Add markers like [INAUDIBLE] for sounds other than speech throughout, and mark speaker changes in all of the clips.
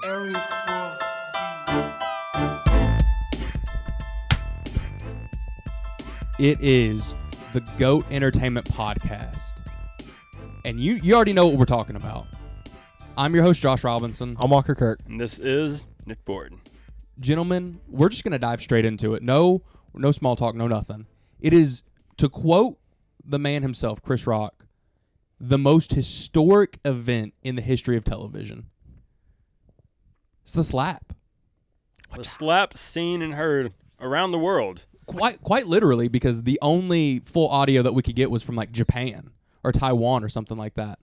Speaker 1: very poor.
Speaker 2: It is the Goat Entertainment Podcast. And you you already know what we're talking about. I'm your host, Josh Robinson.
Speaker 3: I'm Walker Kirk.
Speaker 4: And this is Nick Borden.
Speaker 2: Gentlemen, we're just gonna dive straight into it. No no small talk, no nothing. It is to quote the man himself, Chris Rock, the most historic event in the history of television. It's the slap.
Speaker 4: The slap seen and heard around the world.
Speaker 2: quite quite literally because the only full audio that we could get was from like Japan or Taiwan or something like that.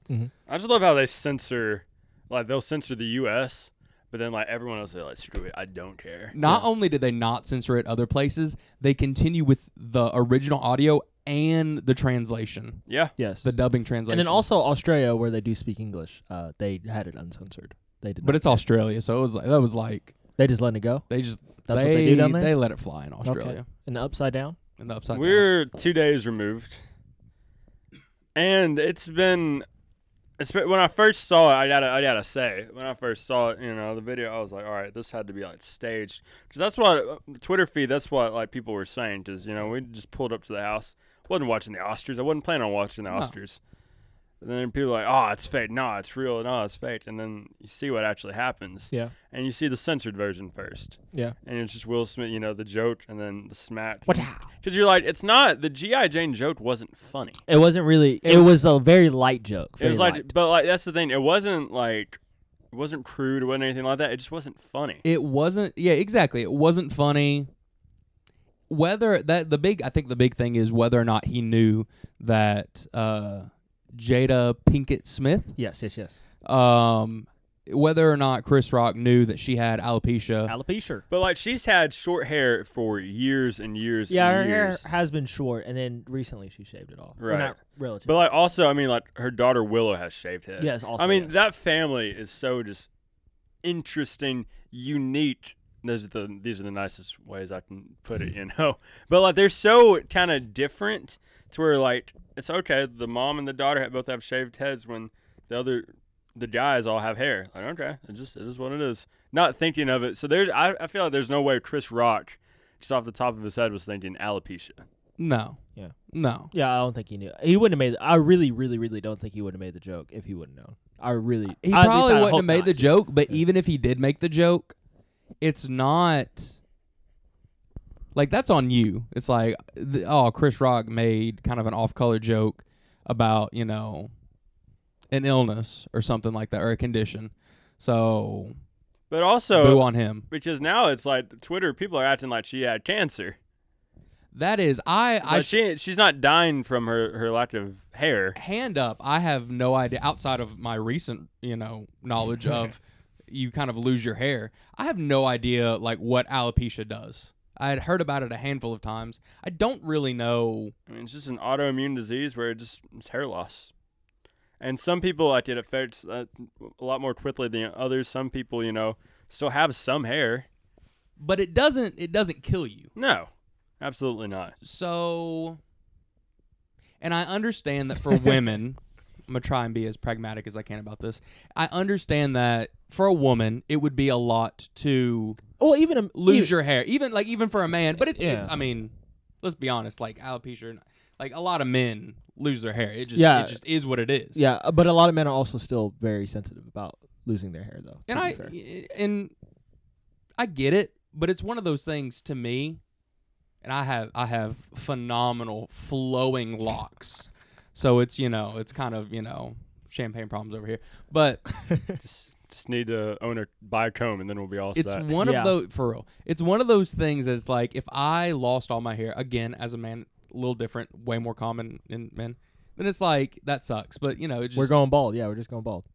Speaker 4: I just love how they censor, like they'll censor the U.S., but then like everyone else, they're like, screw it, I don't care.
Speaker 2: Not only did they not censor it other places, they continue with the original audio and the translation,
Speaker 4: Yeah,
Speaker 3: Yes.
Speaker 2: the dubbing translation.
Speaker 3: and then also Australia, where they do speak English, uh, they had it uncensored. They did,
Speaker 2: but
Speaker 3: not-
Speaker 2: it's Australia, so it was like that was like
Speaker 3: they just letting it go.
Speaker 2: they just
Speaker 3: That's what they do down there?
Speaker 2: They let it fly in Australia
Speaker 3: Okay. And upside down.
Speaker 2: in the upside. down.
Speaker 4: we're two days removed, and it's been. It's been, when I first saw it, I gotta, I gotta say, when I first saw it, you know, the video, I was like, all right, this had to be like staged, because that's what uh, Twitter feed. That's what like people were saying, because you know, we just pulled up to the house, wasn't watching the Oscars, I wasn't planning on watching the
Speaker 2: No.
Speaker 4: Oscars, and then people were like, oh, it's fake, no, it's real, no, it's fake, and then you see what actually happens,
Speaker 3: Yeah.
Speaker 4: and you see the censored version first,
Speaker 3: Yeah.
Speaker 4: and it's just Will Smith, you know, the joke, and then the smack,
Speaker 3: What?
Speaker 4: because you're like, it's not the GI Jane joke wasn't funny.
Speaker 3: It wasn't really. It was a very light joke.
Speaker 4: It was like,
Speaker 3: light.
Speaker 4: but like that's the thing. It wasn't like, it wasn't crude. It wasn't anything like that. It just wasn't funny.
Speaker 2: It wasn't. Yeah, exactly. It wasn't funny. Whether that the big, I think the big thing is whether or not he knew that uh, Jada Pinkett Smith,
Speaker 3: yes, yes, yes.
Speaker 2: um, whether or not Chris Rock knew that she had
Speaker 3: Uh,
Speaker 2: alopecia.
Speaker 3: Alopecia.
Speaker 4: But like she's had short hair for years and years.
Speaker 3: Yeah, her
Speaker 4: and years.
Speaker 3: hair has been short, and then recently she shaved it off. Well,
Speaker 4: Right.
Speaker 3: not relative.
Speaker 4: But like also, I mean, like her daughter Willow has shaved head.
Speaker 3: Yes, also,
Speaker 4: I mean
Speaker 3: yes.
Speaker 4: that family is so just interesting, unique. Those are the these are the nicest ways I can put it, you
Speaker 2: [LAUGHS]
Speaker 4: know. But like they're so kind of different to where like it's okay. The mom and the daughter have, both have shaved heads when the other the guys all have hair. Like okay, it just it is what it is. Not thinking of it. So there's I, I feel like there's no way Chris Rock just off the top of his head was thinking alopecia.
Speaker 2: No.
Speaker 3: Yeah.
Speaker 2: No.
Speaker 3: yeah, I don't think he knew. He wouldn't have made. I really, really, really don't think he would have made the joke if he wouldn't known. I really.
Speaker 2: He
Speaker 3: I- at least
Speaker 2: probably
Speaker 3: I
Speaker 2: wouldn't
Speaker 3: hope
Speaker 2: have made
Speaker 3: not.
Speaker 2: the joke, but even if he did make the joke, it's not like that's on you. It's like, th- oh, Chris Rock made kind of an off color joke about, you know, an illness or something like that or a condition. So,
Speaker 4: But also
Speaker 2: boo on him.
Speaker 4: because now it's like Twitter people are acting like she had cancer.
Speaker 2: That is, I,
Speaker 4: It's
Speaker 2: I
Speaker 4: like
Speaker 2: sh-
Speaker 4: she she's not dying from her her lack of hair.
Speaker 2: hand up, I have no idea outside of my recent, you know, knowledge of you kind of lose your hair. I have no idea like what alopecia does. I had heard about it a handful of times. I don't really know.
Speaker 4: I mean, it's just an autoimmune disease where it just it's hair loss. And some people like it affects uh, a lot more quickly than others. Some people, you know, still have some hair.
Speaker 2: But it doesn't it doesn't kill you.
Speaker 4: No, absolutely not.
Speaker 2: So and I understand that for women, I'm going to try and be as pragmatic as I can about this. I understand that for a woman, it would be a lot to
Speaker 3: Well, even a,
Speaker 2: lose your hair, even like even for a man. But it's, it's
Speaker 3: Yeah.
Speaker 2: I mean, let's be honest, like alopecia, like a lot of men lose their hair. It just
Speaker 3: Yeah.
Speaker 2: it just is what it is.
Speaker 3: Yeah, uh, but a lot of men are also still very sensitive about losing their hair, though.
Speaker 2: and
Speaker 3: to be
Speaker 2: I
Speaker 3: fair.
Speaker 2: and I get it, but it's one of those things to me. And I have I have phenomenal flowing locks, so it's you know it's kind of you know champagne problems over here,
Speaker 3: [LAUGHS]
Speaker 2: but.
Speaker 4: just just need to own a buy a comb and then we'll be all
Speaker 2: It's
Speaker 4: set.
Speaker 2: one
Speaker 3: Yeah.
Speaker 2: of those for real. It's one of those things that's like if I lost all my hair again as a man, a little different, way more common in men. Then it's like that sucks, but you know, it just
Speaker 3: we're going bald. Yeah, we're just going bald.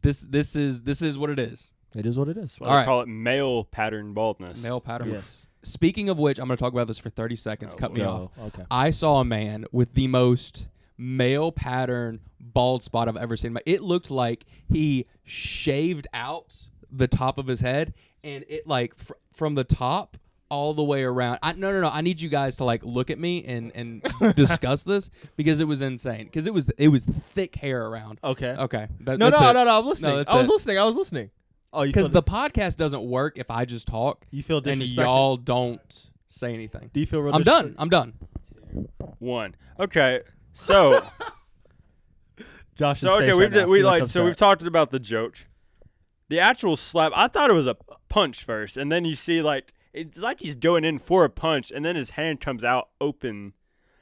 Speaker 2: this this is this is what it is.
Speaker 3: It is what it is.
Speaker 4: That's why
Speaker 2: all
Speaker 4: they
Speaker 2: right.
Speaker 4: call it male pattern baldness.
Speaker 2: Male pattern.
Speaker 3: [LAUGHS] Yes.
Speaker 2: Speaking of which, I'm going to talk about this for 30 seconds.
Speaker 4: Oh,
Speaker 2: Cut me
Speaker 4: Lord.
Speaker 2: off.
Speaker 3: Oh, okay.
Speaker 2: I saw a man with the most male pattern bald spot I've ever seen. It looked like he shaved out the top of his head, and it like fr- from the top all the way around. I, no, no, no. I need you guys to like look at me and
Speaker 3: [LAUGHS]
Speaker 2: and discuss this because it was insane. Because it was it was thick hair around.
Speaker 3: Uh, Okay.
Speaker 2: Okay. that-
Speaker 3: No,
Speaker 2: that's
Speaker 3: no,
Speaker 2: it.
Speaker 3: no, no. I'm listening.
Speaker 2: that's
Speaker 3: I was
Speaker 2: it.
Speaker 3: listening. I was listening. Oh, you feel
Speaker 2: because the podcast doesn't work if I just talk
Speaker 3: you feel
Speaker 2: and
Speaker 3: disrespected.
Speaker 2: y'all don't say anything.
Speaker 3: do you feel? Real
Speaker 2: I'm
Speaker 3: disres-
Speaker 2: done. I'm done.
Speaker 4: One. Okay.
Speaker 2: [LAUGHS]
Speaker 4: So
Speaker 3: Josh.
Speaker 4: so okay, we've we like so we've talked about the joke. The actual slap, I thought it was a punch first, and then you see like it's like he's going in for a punch, and then his hand comes out open,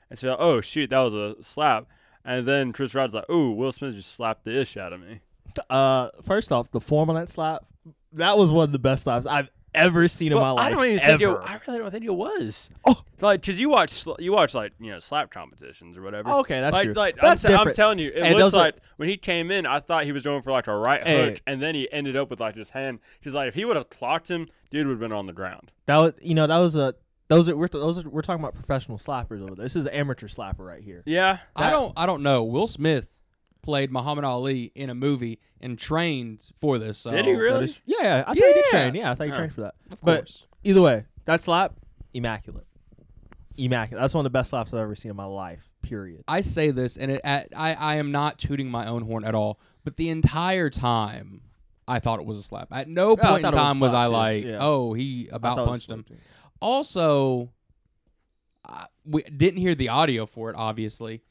Speaker 4: and so oh shoot, that was a slap, and then Chris Rod's like, ooh, Will Smith just slapped the ish out of me.
Speaker 3: Uh, first off, the form on that slap, that was one of the best slaps I've ever seen in my life.
Speaker 4: I don't even think
Speaker 3: ever.
Speaker 4: it, I really don't think it was.
Speaker 3: Oh.
Speaker 4: like because you watch sl- you watch like you know slap competitions or whatever.
Speaker 3: Oh, Okay, that's
Speaker 4: like,
Speaker 3: true.
Speaker 4: Like,
Speaker 3: That's
Speaker 4: I'm, sa- I'm
Speaker 3: different.
Speaker 4: telling you, it
Speaker 3: And it
Speaker 4: looks
Speaker 3: doesn't-
Speaker 4: like when he came in, I thought he was going for like a right
Speaker 2: Hey.
Speaker 4: hook, and then he ended up with like his hand. Because like if he would have clocked him, dude would have been on the ground.
Speaker 3: that was, you know, that was a. Those are, we're, those are, we're talking about professional slappers over there. This is an amateur slapper right here.
Speaker 4: Yeah,
Speaker 2: I don't. I don't know. Will Smith played Muhammad Ali in a movie and trained for this. So
Speaker 4: did he
Speaker 3: That
Speaker 4: really?
Speaker 3: is- yeah, yeah, I think he did
Speaker 2: Yeah.
Speaker 3: train. Yeah, I think he
Speaker 4: Huh.
Speaker 3: trained for that. Of
Speaker 2: course.
Speaker 3: But either way, that slap, immaculate, immaculate. That's one of the best slaps I've ever seen in my life. Period.
Speaker 2: I say this, and it, I, I I am not tooting my own horn at all. But the entire time, I thought it was a slap. At no
Speaker 3: Oh, I
Speaker 2: point in
Speaker 3: thought it was a
Speaker 2: time was,
Speaker 3: slap,
Speaker 2: I
Speaker 3: too.
Speaker 2: like,
Speaker 3: Yeah.
Speaker 2: oh, he about
Speaker 3: thought it was
Speaker 2: punched him.
Speaker 3: slapped, too.
Speaker 2: Also, I, we didn't hear the audio for it. Obviously,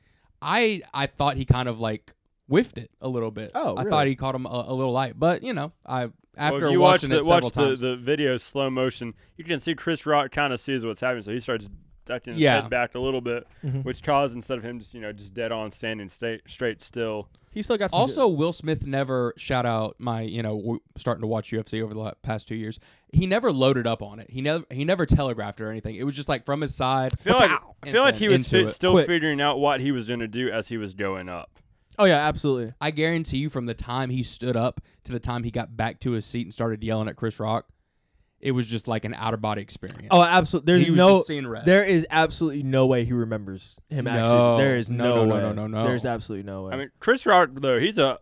Speaker 2: I I thought he kind of like whiffed it a little bit.
Speaker 3: Oh,
Speaker 2: I
Speaker 3: really?
Speaker 2: thought he caught him a, a little light, but you know, I
Speaker 4: Well,
Speaker 2: after
Speaker 4: if you watch
Speaker 2: watching
Speaker 4: the
Speaker 2: it
Speaker 4: watch
Speaker 2: several
Speaker 4: the,
Speaker 2: times,
Speaker 4: the video slow motion, you can see Chris Rock kind of sees what's happening, so he starts ducking his
Speaker 2: Yeah.
Speaker 4: head back a little bit,
Speaker 3: Mhm.
Speaker 4: which caused instead of him just you know just dead on standing straight straight still.
Speaker 3: He still got some
Speaker 2: Also, Will Smith never shout out my you know w- starting to watch UFC over the la- past two years. He never loaded up on it. He never he never telegraphed it or anything. It was just like from his side.
Speaker 4: I feel like I
Speaker 2: And
Speaker 4: feel like
Speaker 2: then
Speaker 4: he was
Speaker 2: into
Speaker 4: fi-
Speaker 2: it.
Speaker 4: still
Speaker 3: Quick.
Speaker 4: figuring out what he was gonna do as he was going up.
Speaker 3: Oh yeah, absolutely.
Speaker 2: I guarantee you, from the time he stood up to the time he got back to his seat and started yelling at Chris Rock, it was just like an outer body experience.
Speaker 3: Oh, absolutely. There's
Speaker 2: He was
Speaker 3: no.
Speaker 2: just seeing red.
Speaker 3: There is absolutely no way he remembers him.
Speaker 2: No.
Speaker 3: Actually, there is
Speaker 2: No,
Speaker 3: no,
Speaker 2: no, no,
Speaker 3: way.
Speaker 2: no, no, no.
Speaker 3: There's absolutely no way.
Speaker 4: I mean, Chris Rock though he's a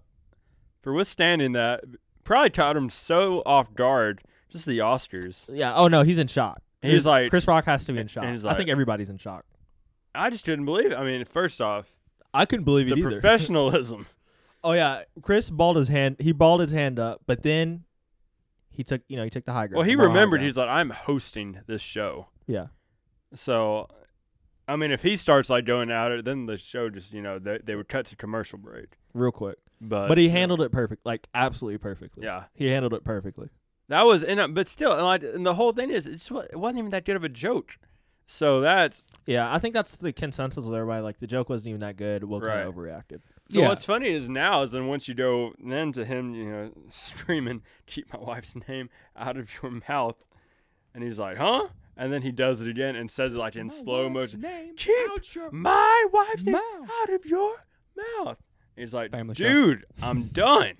Speaker 4: for withstanding that probably caught him so off guard. Just the Oscars.
Speaker 3: yeah. Oh no, he's in shock.
Speaker 4: He's like-
Speaker 3: Chris Rock has to be in
Speaker 4: and
Speaker 3: shock.
Speaker 4: he's
Speaker 3: I
Speaker 4: like-
Speaker 3: think everybody's in shock.
Speaker 4: I just couldn't believe it. I mean, first off,
Speaker 3: I couldn't believe it
Speaker 4: the
Speaker 3: either. [LAUGHS]
Speaker 4: professionalism.
Speaker 3: oh yeah, Chris balled his hand. He balled his hand up, but then he took you know he took the high ground.
Speaker 4: Well, he
Speaker 3: the moral high
Speaker 4: remembered.
Speaker 3: ground.
Speaker 4: He's like, I'm hosting this show.
Speaker 3: yeah.
Speaker 4: So, I mean, if he starts like going at it, then the show just you know they, they would cut to commercial break.
Speaker 3: real quick.
Speaker 4: But
Speaker 3: But he
Speaker 4: still.
Speaker 3: handled it perfect, like absolutely perfectly.
Speaker 4: uh, Yeah,
Speaker 3: he handled it perfectly.
Speaker 4: that was and uh, but still, and, like, and the whole thing is it's, it wasn't even that good of a joke. So that's
Speaker 3: Yeah, I think that's the consensus with everybody. Like the joke wasn't even that good. Will
Speaker 4: kinda Right.
Speaker 3: kind of overreacted.
Speaker 4: So
Speaker 2: Yeah.
Speaker 4: what's funny is now is then once you go then to him, you know, [LAUGHS] screaming, "Keep my wife's name out of your mouth," and he's like, "Huh?" And then he does it again and says it like in
Speaker 2: My
Speaker 4: slow
Speaker 2: wife's
Speaker 4: motion,
Speaker 2: name
Speaker 4: Keep
Speaker 2: out your
Speaker 4: "My wife's name
Speaker 2: mouth.
Speaker 4: out of your mouth." He's like,
Speaker 2: Family show.
Speaker 4: "Dude, I'm done.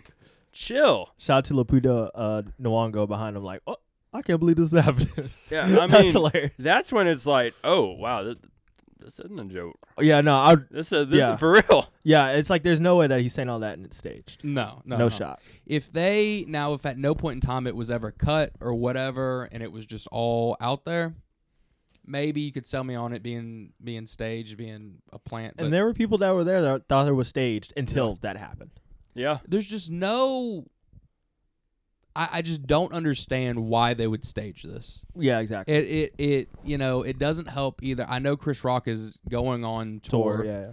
Speaker 4: Chill."
Speaker 3: Shout out to Laputa uh, Nwango behind him. Like, oh, I can't believe this is happening. [LAUGHS]
Speaker 4: Yeah, I mean,
Speaker 3: that's hilarious.
Speaker 4: that's when it's like, "Oh wow, this, this isn't a joke.
Speaker 3: Yeah, no, I,
Speaker 4: This is this
Speaker 3: Yeah.
Speaker 4: is for real."
Speaker 3: yeah, it's like there's no way that he's saying all that and it's staged.
Speaker 2: No, no,
Speaker 3: No,
Speaker 2: no.
Speaker 3: shot.
Speaker 2: If they now, if at no point in time it was ever cut or whatever, and it was just all out there, maybe you could sell me on it being being staged, being a plant.
Speaker 3: And
Speaker 2: but
Speaker 3: there were people that were there that thought it was staged until that happened.
Speaker 4: Yeah,
Speaker 2: there's just no. I, I just don't understand why they would stage this.
Speaker 3: Yeah, exactly.
Speaker 2: It, it it you know it doesn't help either. I know Chris Rock is going on tour,
Speaker 3: Tour, yeah, yeah.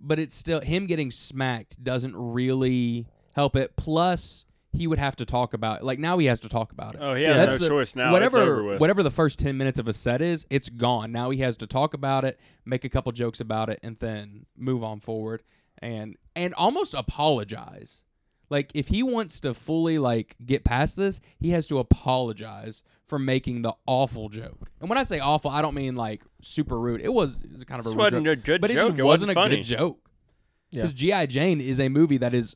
Speaker 2: but it's still him getting smacked doesn't really help it. Plus, he would have to talk about like now he has to talk about it.
Speaker 4: Oh, he
Speaker 3: Yeah,
Speaker 4: has
Speaker 2: that's
Speaker 4: no
Speaker 2: the-
Speaker 4: choice now.
Speaker 2: whatever
Speaker 4: it's over with.
Speaker 2: whatever the first 10 minutes of a set is it's gone now he has to talk about it make a couple jokes about it and then move on forward and and almost apologize like if he wants to fully like get past this he has to apologize for making the awful joke and when i say awful i don't mean like super rude it was, it was kind of a
Speaker 4: This
Speaker 2: rude
Speaker 4: wasn't
Speaker 2: joke,
Speaker 4: a good
Speaker 2: but it
Speaker 4: joke.
Speaker 2: just
Speaker 4: It
Speaker 2: wasn't,
Speaker 4: wasn't
Speaker 2: a
Speaker 4: funny.
Speaker 2: good joke
Speaker 3: Yeah.
Speaker 2: because gi jane is a movie that is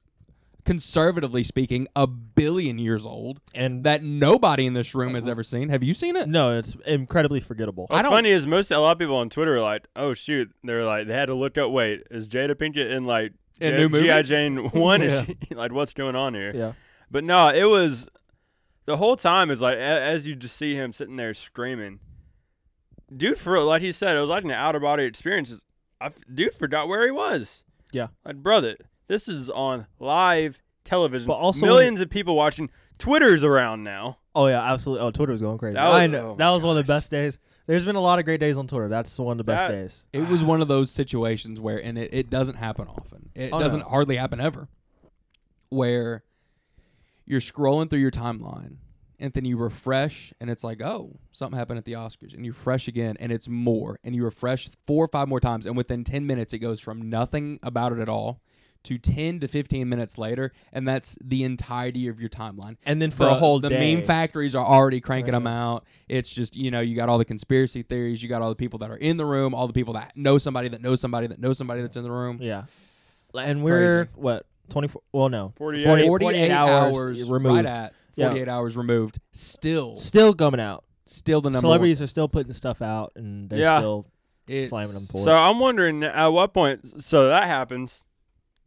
Speaker 2: conservatively speaking a billion years old
Speaker 3: And
Speaker 2: that nobody in this room has ever seen. Have you seen it?
Speaker 3: Uh-huh. no, it's incredibly forgettable.
Speaker 2: I
Speaker 4: What's
Speaker 2: don't-
Speaker 4: funny is most a lot of people on Twitter are like, "Oh shoot!" They're like, they had to look up. Wait, is Jada Pinkett in like
Speaker 2: In
Speaker 4: G-
Speaker 2: new movie?
Speaker 4: GI Jane one? Is
Speaker 3: Yeah.
Speaker 4: she [LAUGHS] like what's going on here?
Speaker 3: yeah.
Speaker 4: But no, it was the whole time is like a- as you just see him sitting there screaming, dude. For real, like he said, it was like an out of body experience. It's- I, dude forgot where he was.
Speaker 3: Yeah.
Speaker 4: like brother, this is on live television.
Speaker 3: But also when-
Speaker 4: millions of people watching Twitter's around now.
Speaker 3: Oh yeah, absolutely. Oh, Twitter was going crazy.
Speaker 4: That was-
Speaker 3: I know.
Speaker 4: oh
Speaker 3: that
Speaker 4: my
Speaker 3: was one of the best days. There's been a lot of great days on Twitter. That's one of the best
Speaker 4: That-
Speaker 3: days.
Speaker 2: It was one of those situations where, and it, it doesn't happen often. It
Speaker 3: Oh,
Speaker 2: doesn't
Speaker 3: no.
Speaker 2: hardly happen ever, where you're scrolling through your timeline and then you refresh and it's like, oh, something happened at the Oscars. And you refresh again and it's more. And you refresh four or five more times. And within 10 minutes, it goes from nothing about it at all to 10 to 15 minutes later. And that's the entirety of your timeline
Speaker 3: And then for
Speaker 2: the,
Speaker 3: a whole
Speaker 2: the
Speaker 3: day.
Speaker 2: meme factories are already cranking them out. It's just you know you got all the conspiracy theories, you got all the people that are in the room, all the people that know somebody that knows somebody that knows somebody that's in the room.
Speaker 3: Yeah. And we're what 24 well no.
Speaker 4: 48.
Speaker 3: 40
Speaker 2: Forty-eight hours,
Speaker 3: removed.
Speaker 2: right at
Speaker 3: Yeah.
Speaker 2: forty-eight hours removed. Still,
Speaker 3: Still coming out.
Speaker 2: still the number.
Speaker 3: Celebrities are still putting stuff out and they're
Speaker 4: Yeah.
Speaker 3: still
Speaker 2: one. It's-
Speaker 3: slamming them for
Speaker 4: So I'm wondering at what point. So that happens.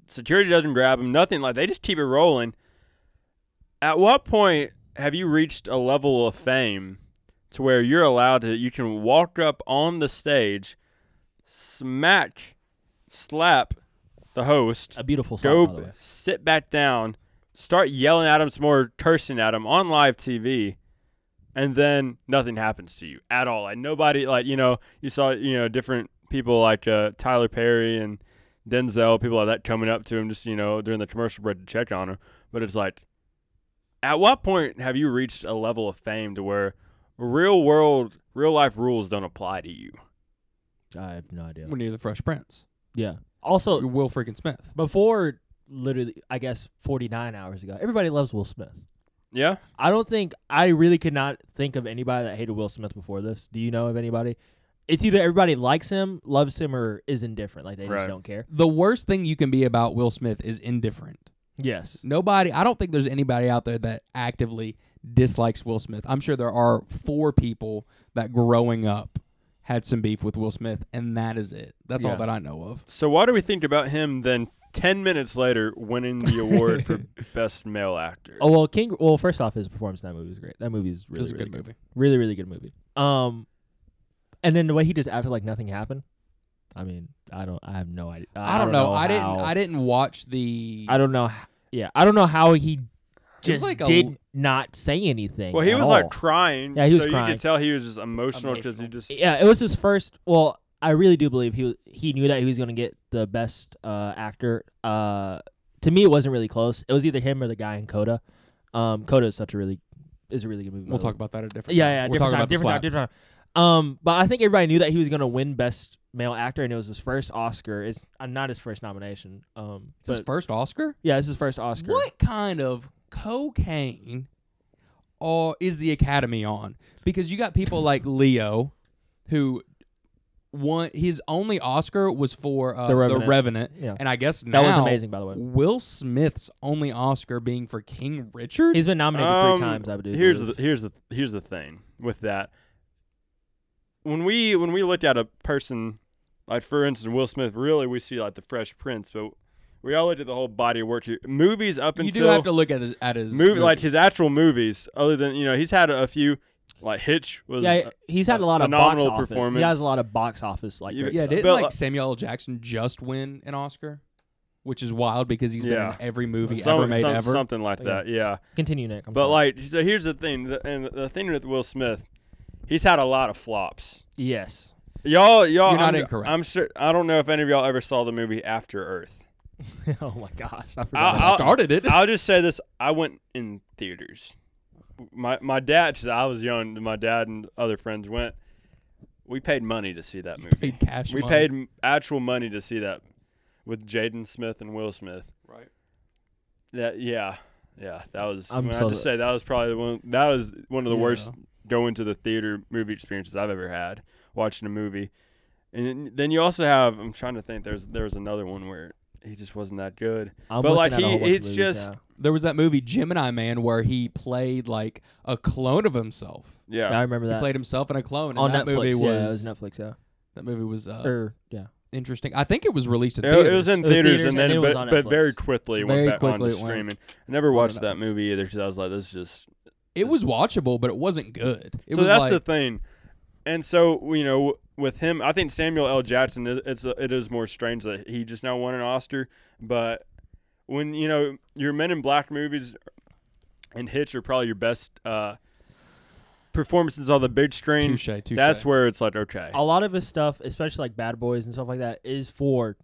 Speaker 4: Security doesn't grab them. Nothing like they just keep it rolling. At what point have you reached a level of fame to where you're allowed to? You can walk up on the stage, smack, slap the host,
Speaker 3: a beautiful song
Speaker 4: go
Speaker 3: by the way.
Speaker 4: sit back down, start yelling at him some more, cursing at him on live TV, and then nothing happens to you at all. Like nobody, like you know, you saw you know different people like uh, Tyler Perry and Denzel, people like that coming up to him just you know during the commercial break to check on him. But it's like, at what point have you reached a level of fame to where real world, real life rules don't apply to you?
Speaker 3: I have no idea.
Speaker 2: When you're the Fresh Prince,
Speaker 3: Yeah. Also
Speaker 2: you're Will freaking Smith.
Speaker 3: before literally I guess 49 hours ago, everybody loves Will Smith.
Speaker 4: Yeah,
Speaker 3: I don't think I really could not think of anybody that hated Will Smith before this. Do you know of anybody? It's either everybody likes him, loves him, or is indifferent. Like they
Speaker 4: Right.
Speaker 3: just don't care.
Speaker 2: The worst thing you can be about Will Smith is indifferent.
Speaker 3: Yes.
Speaker 2: Nobody, I don't think there's anybody out there that actively dislikes Will Smith. I'm sure there are four people that growing up had some beef with Will Smith, and that is it. That's all
Speaker 3: Yeah.
Speaker 2: that I know of.
Speaker 4: So why do we think about him then? Ten minutes later, winning the
Speaker 2: [LAUGHS]
Speaker 4: award for best male actor.
Speaker 3: Oh well, King. Well, first off, his performance in that movie was great. That movie's
Speaker 2: It
Speaker 3: really,
Speaker 2: was a
Speaker 3: really
Speaker 2: good movie.
Speaker 3: Really, really good movie. Um, and then the way he just acted like nothing happened. I mean, I don't. I have no idea.
Speaker 2: I, don't know. I didn't.
Speaker 3: how-
Speaker 2: I didn't watch the.
Speaker 3: I don't know. h- Yeah, I don't know how he just
Speaker 2: like a
Speaker 3: did
Speaker 2: l-
Speaker 3: not say anything.
Speaker 4: well, he
Speaker 3: at
Speaker 4: was like
Speaker 3: all.
Speaker 4: crying.
Speaker 3: Yeah, he was
Speaker 4: so You
Speaker 3: crying.
Speaker 4: could tell he was just emotional because he
Speaker 2: Emotional.
Speaker 4: just
Speaker 3: Yeah, it was his first. Well, I really do believe he was, he knew that he was going to get the best uh, actor. Uh, to me, it wasn't really close. It was either him or the guy in Coda. Um, Coda is such a really is a really good movie. by
Speaker 2: We'll
Speaker 3: the way.
Speaker 2: talk about that at a different.
Speaker 3: Yeah,
Speaker 2: time.
Speaker 3: yeah,
Speaker 2: We'll talk
Speaker 3: different time,
Speaker 2: about the
Speaker 3: different time,
Speaker 2: slap.
Speaker 3: different time. Um, but I think everybody knew that he was going to win best male actor, and it was his first Oscar. It's uh, not his first nomination. Um,
Speaker 2: It's his
Speaker 3: but-
Speaker 2: first Oscar.
Speaker 3: yeah, it's his first Oscar.
Speaker 2: What kind of cocaine, or is the Academy on? Because you got
Speaker 3: [LAUGHS]
Speaker 2: people like Leo, who. One, his only Oscar was for uh,
Speaker 3: The Revenant.
Speaker 2: The Revenant,
Speaker 3: Yeah,
Speaker 2: and I guess
Speaker 3: that was
Speaker 2: now-
Speaker 3: amazing, by the way.
Speaker 2: Will Smith's only Oscar being for King Richard?
Speaker 3: He's been nominated
Speaker 4: Um,
Speaker 3: three times. I believe.
Speaker 4: Here's the here's the here's the thing with that. When we when we look at a person, like for instance Will Smith, really we see like the Fresh Prince, but we all look at the whole body of work here. Movies up
Speaker 2: you
Speaker 4: until
Speaker 2: do have to look at his at his
Speaker 4: movie like
Speaker 2: movies.
Speaker 4: his actual movies, other than you know he's had a, a few like Hitch was
Speaker 3: yeah, he's had a
Speaker 4: a
Speaker 3: lot of box
Speaker 4: phenomenal
Speaker 3: office. He
Speaker 4: performance.
Speaker 3: has a lot of box office like uh,
Speaker 4: Yeah,
Speaker 3: great
Speaker 2: Yeah,
Speaker 3: stuff.
Speaker 2: didn't
Speaker 4: But,
Speaker 2: like
Speaker 4: like-
Speaker 2: Samuel L. Jackson just win an Oscar? Which is wild because he's been
Speaker 4: Yeah.
Speaker 2: in every movie
Speaker 4: some-
Speaker 2: ever made
Speaker 4: some-
Speaker 2: ever.
Speaker 4: something like that. Yeah.
Speaker 3: Continue, Nick. I'm
Speaker 4: But
Speaker 3: sorry.
Speaker 4: like, so here's the thing, the, and the thing with Will Smith, he's had a lot of flops.
Speaker 3: yes, [LAUGHS]
Speaker 4: Y'all, y'all,
Speaker 2: You're not
Speaker 4: I'm,
Speaker 2: incorrect.
Speaker 4: I'm sure. I don't know if any of y'all ever saw the movie After Earth.
Speaker 3: oh my gosh, I
Speaker 2: I
Speaker 3: forgot.
Speaker 4: I'll-
Speaker 2: started [LAUGHS] it.
Speaker 4: I'll just say this: I went in theaters. My my dad, because I was young, my dad and other friends went. We paid money to see that movie.
Speaker 2: paid cash
Speaker 4: we
Speaker 2: money.
Speaker 4: paid m- actual money to see that with Jaden Smith and Will Smith.
Speaker 2: Right.
Speaker 4: That yeah, yeah. That was. i
Speaker 3: I'm
Speaker 4: mean, I
Speaker 3: so-
Speaker 4: just say that was probably the one. That was one of the worst
Speaker 2: Yeah.
Speaker 4: going to the theater movie experiences I've ever had watching a movie. And then- then you also have. I'm trying to think. There's there was another one where he just wasn't that good.
Speaker 3: I'm
Speaker 4: but,
Speaker 3: looking
Speaker 4: like,
Speaker 3: at a
Speaker 4: he-
Speaker 3: whole bunch of
Speaker 4: it's
Speaker 3: movies
Speaker 4: just-
Speaker 3: now.
Speaker 2: There was that movie Gemini Man where he played like a clone of himself.
Speaker 4: Yeah.
Speaker 3: I remember
Speaker 2: He
Speaker 3: that
Speaker 2: played himself in a clone. And
Speaker 3: on
Speaker 2: that
Speaker 3: Netflix.
Speaker 2: movie
Speaker 3: yeah, it was Oh.
Speaker 2: was,
Speaker 3: Netflix. Er. Yeah,
Speaker 2: that movie was uh,
Speaker 3: or yeah.
Speaker 2: interesting. I think it was released in
Speaker 4: It, it was
Speaker 2: theaters.
Speaker 4: in
Speaker 3: It was
Speaker 4: theaters,
Speaker 3: theaters
Speaker 4: and
Speaker 3: and
Speaker 4: then,
Speaker 3: it was
Speaker 4: but,
Speaker 3: on
Speaker 4: but very
Speaker 3: Netflix.
Speaker 4: quickly it
Speaker 2: Very
Speaker 4: went back on
Speaker 2: quickly
Speaker 4: onto
Speaker 2: it went
Speaker 4: streaming. I never
Speaker 2: onto
Speaker 4: watched that
Speaker 2: Netflix.
Speaker 4: movie either because I was like, this is just.
Speaker 2: It was watchable, but it wasn't good. It
Speaker 4: so
Speaker 2: was
Speaker 4: that's
Speaker 2: like,
Speaker 4: the thing, and so you know with him, I think Samuel L. Jackson is it's uh, it is more strange that he just now won an Oscar, but when you know your Men in Black movies and Hitch are probably your best uh, performances on the big screen.
Speaker 2: Touche, touche.
Speaker 4: That's where it's like okay,
Speaker 3: a lot of his stuff, especially like Bad Boys and stuff like that, is for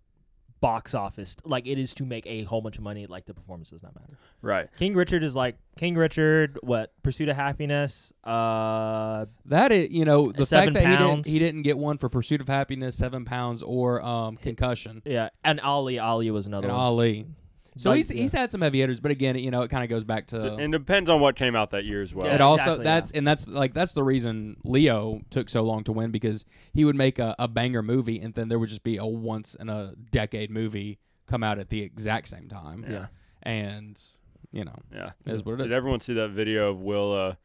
Speaker 3: box office. Like it is to make a whole bunch of money. Like the performance does not matter.
Speaker 4: right.
Speaker 3: King Richard is like King Richard. What Pursuit of Happiness? Uh,
Speaker 2: That is, you know, the fact
Speaker 3: Seven
Speaker 2: that
Speaker 3: pounds.
Speaker 2: he didn't he didn't get one for Pursuit of Happiness, Seven Pounds, or um, Concussion,
Speaker 3: yeah, and Ali. Ali was another
Speaker 2: and
Speaker 3: one.
Speaker 2: Ali. So
Speaker 3: Like,
Speaker 2: he's
Speaker 3: yeah.
Speaker 2: he's had some heavy hitters, but again, you know, it kind of goes back to
Speaker 4: And it depends on what came out that year as well.
Speaker 3: Yeah,
Speaker 2: it also
Speaker 3: exactly,
Speaker 2: that's and that's like that's the reason Leo took so long to win because he would make a, a banger movie and then there would just be a once in a decade movie come out at the exact same time.
Speaker 4: Yeah.
Speaker 2: And you know,
Speaker 4: Yeah.
Speaker 2: It is what it
Speaker 4: Did
Speaker 2: is.
Speaker 4: everyone see that video of Will uh,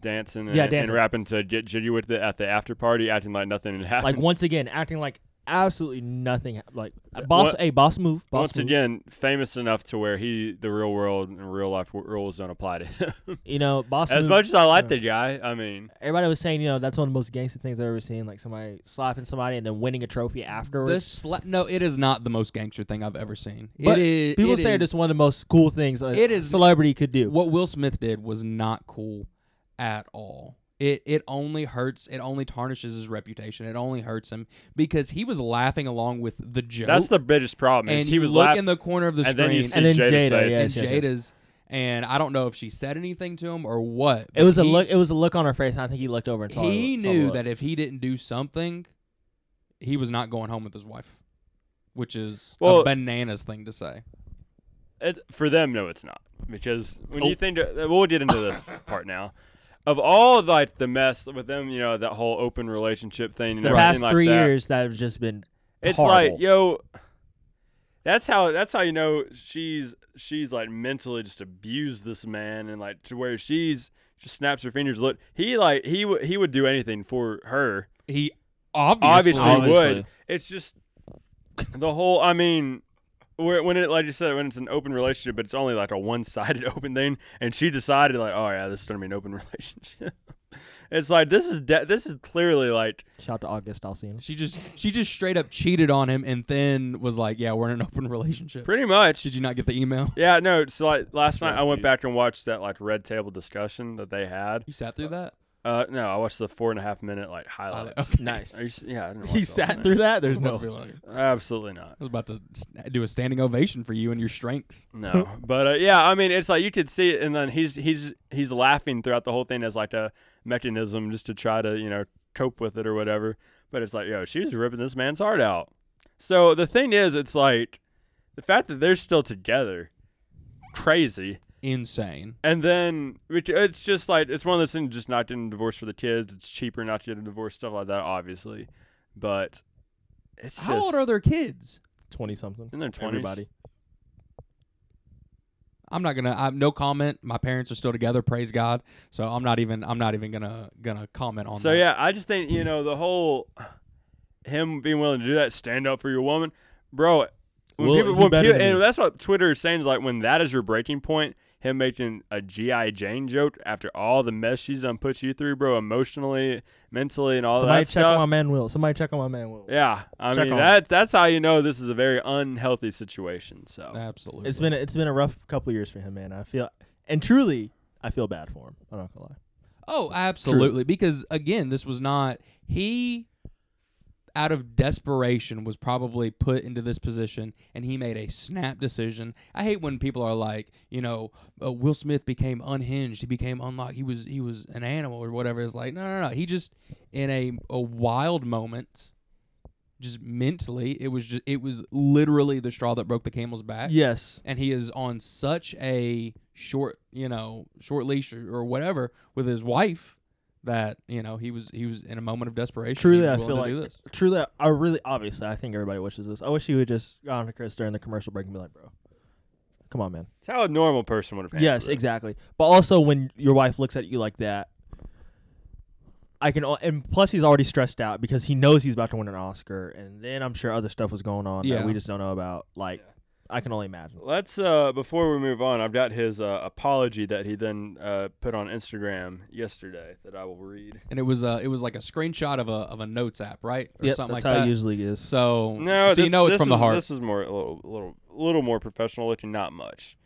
Speaker 4: dancing and,
Speaker 3: Yeah,
Speaker 4: and
Speaker 3: dancing.
Speaker 4: rapping to Get Jiggy with it at the after party, acting like nothing had happened? [LAUGHS]
Speaker 3: Like once again, acting like absolutely nothing. hap- Like a boss, a boss move. Boss
Speaker 4: Once
Speaker 3: move.
Speaker 4: again, famous enough to where he, the real world and real life w- rules don't apply to him. [LAUGHS]
Speaker 3: you know, boss
Speaker 4: as
Speaker 3: move.
Speaker 4: much as I like the guy, I mean,
Speaker 3: Everybody was saying, you know, that's one of the most gangster things I've ever seen. Like somebody slapping somebody and then winning a trophy afterwards.
Speaker 2: this sla- no, it is not the most gangster thing I've ever seen.
Speaker 3: But
Speaker 2: it is
Speaker 3: people
Speaker 2: it
Speaker 3: say
Speaker 2: is-
Speaker 3: it's one of the most cool things a
Speaker 2: It is-
Speaker 3: celebrity could do.
Speaker 2: what Will Smith did was not cool at all. It it only hurts. It only tarnishes his reputation. It only hurts him because he was laughing along with the joke.
Speaker 4: that's the biggest problem.
Speaker 2: and
Speaker 4: Is he
Speaker 2: you
Speaker 4: was
Speaker 2: look
Speaker 4: laughing.
Speaker 2: in the corner of the
Speaker 4: and
Speaker 2: screen
Speaker 4: then you see
Speaker 2: and,
Speaker 3: then
Speaker 4: Jada's
Speaker 3: Jada,
Speaker 4: face.
Speaker 3: yeah.
Speaker 2: and
Speaker 3: yes, yes, yes.
Speaker 2: Jada's. And I don't know if she said anything to him or what.
Speaker 3: It was a
Speaker 2: but he-
Speaker 3: look. It was a look on her face. And I think he looked over and saw. the-
Speaker 2: He
Speaker 3: saw the
Speaker 2: knew
Speaker 3: look.
Speaker 2: that if he didn't do something, he was not going home with his wife, which is
Speaker 4: Well-
Speaker 2: a bananas thing to say.
Speaker 4: It, for them, no, it's not because when
Speaker 3: Oh.
Speaker 4: you think to, we'll get into
Speaker 3: [COUGHS]
Speaker 4: this part now. Of all like the mess with them, you know that whole open relationship thing and
Speaker 3: the
Speaker 4: everything
Speaker 3: past
Speaker 4: like
Speaker 3: three
Speaker 4: that,
Speaker 3: years that have just been.
Speaker 4: It's
Speaker 3: horrible.
Speaker 4: like yo, that's how that's how you know she's she's like mentally just abused this man and like to where she's just snaps her fingers. Look, he like he would he would do anything for her.
Speaker 2: He
Speaker 4: obviously,
Speaker 3: Obviously.
Speaker 4: would. It's just the whole. I mean, where- when it like you said, when it's an open relationship, but it's only like a one-sided [LAUGHS] open thing, and she decided like, oh yeah, this is gonna be an open [LAUGHS] relationship. it's like this is de- this is clearly like
Speaker 3: Shout out to August Alsina.
Speaker 2: She just she just straight up cheated on him and then was like, "Yeah, we're in an open relationship."
Speaker 4: pretty much.
Speaker 2: Did you not get the email?
Speaker 4: Yeah, no. So like last night,
Speaker 1: rough,
Speaker 4: I went
Speaker 1: dude.
Speaker 4: back and watched that like red table discussion that they had.
Speaker 2: You sat through that?
Speaker 4: Uh, no, I watched the four and a half minute like highlights. [LAUGHS]
Speaker 2: okay.
Speaker 3: Oh, Nice.
Speaker 4: Are you s- yeah, I didn't watch
Speaker 3: He
Speaker 4: all
Speaker 3: sat
Speaker 4: that.
Speaker 3: through that. There's
Speaker 2: I
Speaker 3: no.
Speaker 4: Absolutely not.
Speaker 3: [LAUGHS]
Speaker 2: was about to s- do a standing ovation for you and your strength.
Speaker 4: No, but uh, yeah, I mean, it's like you could see it, and then he's he's he's laughing throughout the whole thing as like a mechanism just to try to you know cope with it or whatever. But it's like, yo, she was ripping this man's heart out. So the thing is, it's like the fact that they're still together, crazy.
Speaker 2: Insane.
Speaker 4: And then which- it's just like it's one of those things, just not getting divorced for the kids. It's cheaper not to get a divorce, stuff like that, obviously. But it's just
Speaker 2: How old are their kids?
Speaker 1: Twenty something.
Speaker 4: in their twenties.
Speaker 1: Everybody.
Speaker 2: I'm not gonna. I'm no comment. My parents are still together. Praise God. So I'm not even. I'm not even gonna gonna comment on.
Speaker 4: So
Speaker 2: that.
Speaker 4: yeah, I just think you know the whole him being willing to do that, stand up for your woman, bro. When
Speaker 1: Well,
Speaker 4: people,
Speaker 1: he
Speaker 4: when
Speaker 1: better
Speaker 4: peo-
Speaker 1: than
Speaker 4: and
Speaker 1: me.
Speaker 4: that's what Twitter is saying is like when that is your breaking point. Him making a GI Jane joke after all the mess she's done put you through, bro, emotionally, mentally, and all
Speaker 3: Somebody
Speaker 4: that
Speaker 3: check
Speaker 4: stuff.
Speaker 3: on my man Will. Somebody check on my man Will.
Speaker 4: yeah, I
Speaker 3: Check
Speaker 4: mean
Speaker 3: on
Speaker 4: that that's how you know this is a very unhealthy situation. So
Speaker 2: absolutely.
Speaker 3: It's been a, it's been a rough couple years for him, man. I feel and truly I feel bad for him. I'm not gonna lie.
Speaker 2: Oh, absolutely. Because again, this was not he out of desperation was probably put into this position and he made a snap decision. I hate when people are like, you know, uh, Will Smith became unhinged, he became unlocked, he was he was an animal or whatever. It's like, no, no, no. He just in a a wild moment just mentally, it was just it was literally the straw that broke the camel's back
Speaker 3: Yes.
Speaker 2: and he is on such a short, you know, short leash or, or whatever with his wife that you know he was he was in a moment of desperation. He
Speaker 3: Truly,
Speaker 2: was
Speaker 3: I
Speaker 2: willing
Speaker 3: feel
Speaker 2: to
Speaker 3: like
Speaker 2: do this.
Speaker 3: truly, I really obviously, I think everybody wishes this. I wish he would just gone to Chris during the commercial break and be like, "Bro, come on, man."
Speaker 4: it's how a normal person would have. handled
Speaker 3: Yes,
Speaker 4: it.
Speaker 3: exactly. But also, when your wife looks at you like that, I can. al- And plus, he's already stressed out because he knows he's about to win an Oscar, and then I'm sure other stuff was going on
Speaker 2: Yeah.
Speaker 3: that we just don't know about. Like, I can only imagine.
Speaker 4: Let's uh before we move on, I've got his uh, apology that he then uh, put on Instagram yesterday that I will read.
Speaker 2: And it was uh it was like a screenshot of a of a notes app, right, or
Speaker 3: Yep,
Speaker 2: something
Speaker 3: that's
Speaker 2: like
Speaker 3: how
Speaker 2: that.
Speaker 3: it usually is.
Speaker 2: so
Speaker 4: No,
Speaker 2: so
Speaker 4: this,
Speaker 2: you know it's
Speaker 4: this
Speaker 2: from the
Speaker 4: is-
Speaker 2: heart.
Speaker 4: This is more a little little little more professional looking, not much.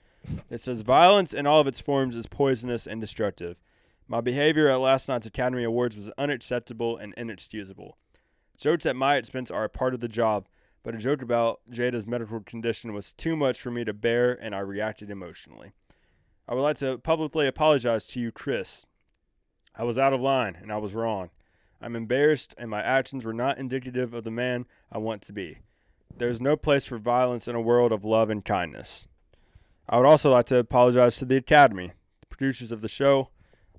Speaker 4: It says violence in all of its forms is poisonous and destructive. My behavior at last night's Academy Awards was unacceptable and inexcusable. Jokes at my expense are a part of the job, but a joke about Jada's medical condition was too much for me to bear, and I reacted emotionally. I would like to publicly apologize to you, Chris. I was out of line, and I was wrong. I'm embarrassed, and my actions were not indicative of the man I want to be. There's no place for violence in a world of love and kindness. I would also like to apologize to the Academy, the producers of the show,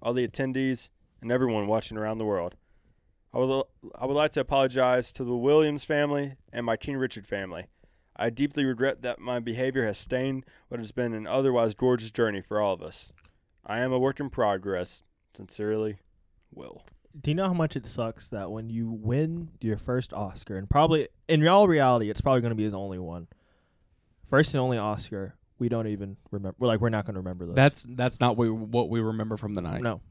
Speaker 4: all the attendees, and everyone watching around the world. I would, I would like to apologize to the Williams family and my King Richard family. I deeply regret that my behavior has stained what has been an otherwise gorgeous journey for all of us. I am a work in progress. Sincerely, Will.
Speaker 3: Do you know how much it sucks that when you win your first Oscar, and probably in all reality, it's probably going to be his only one, first and only Oscar, we don't even remember. We're like, we're not going to remember this.
Speaker 2: That's that's not what we, what we remember from the night.
Speaker 3: no.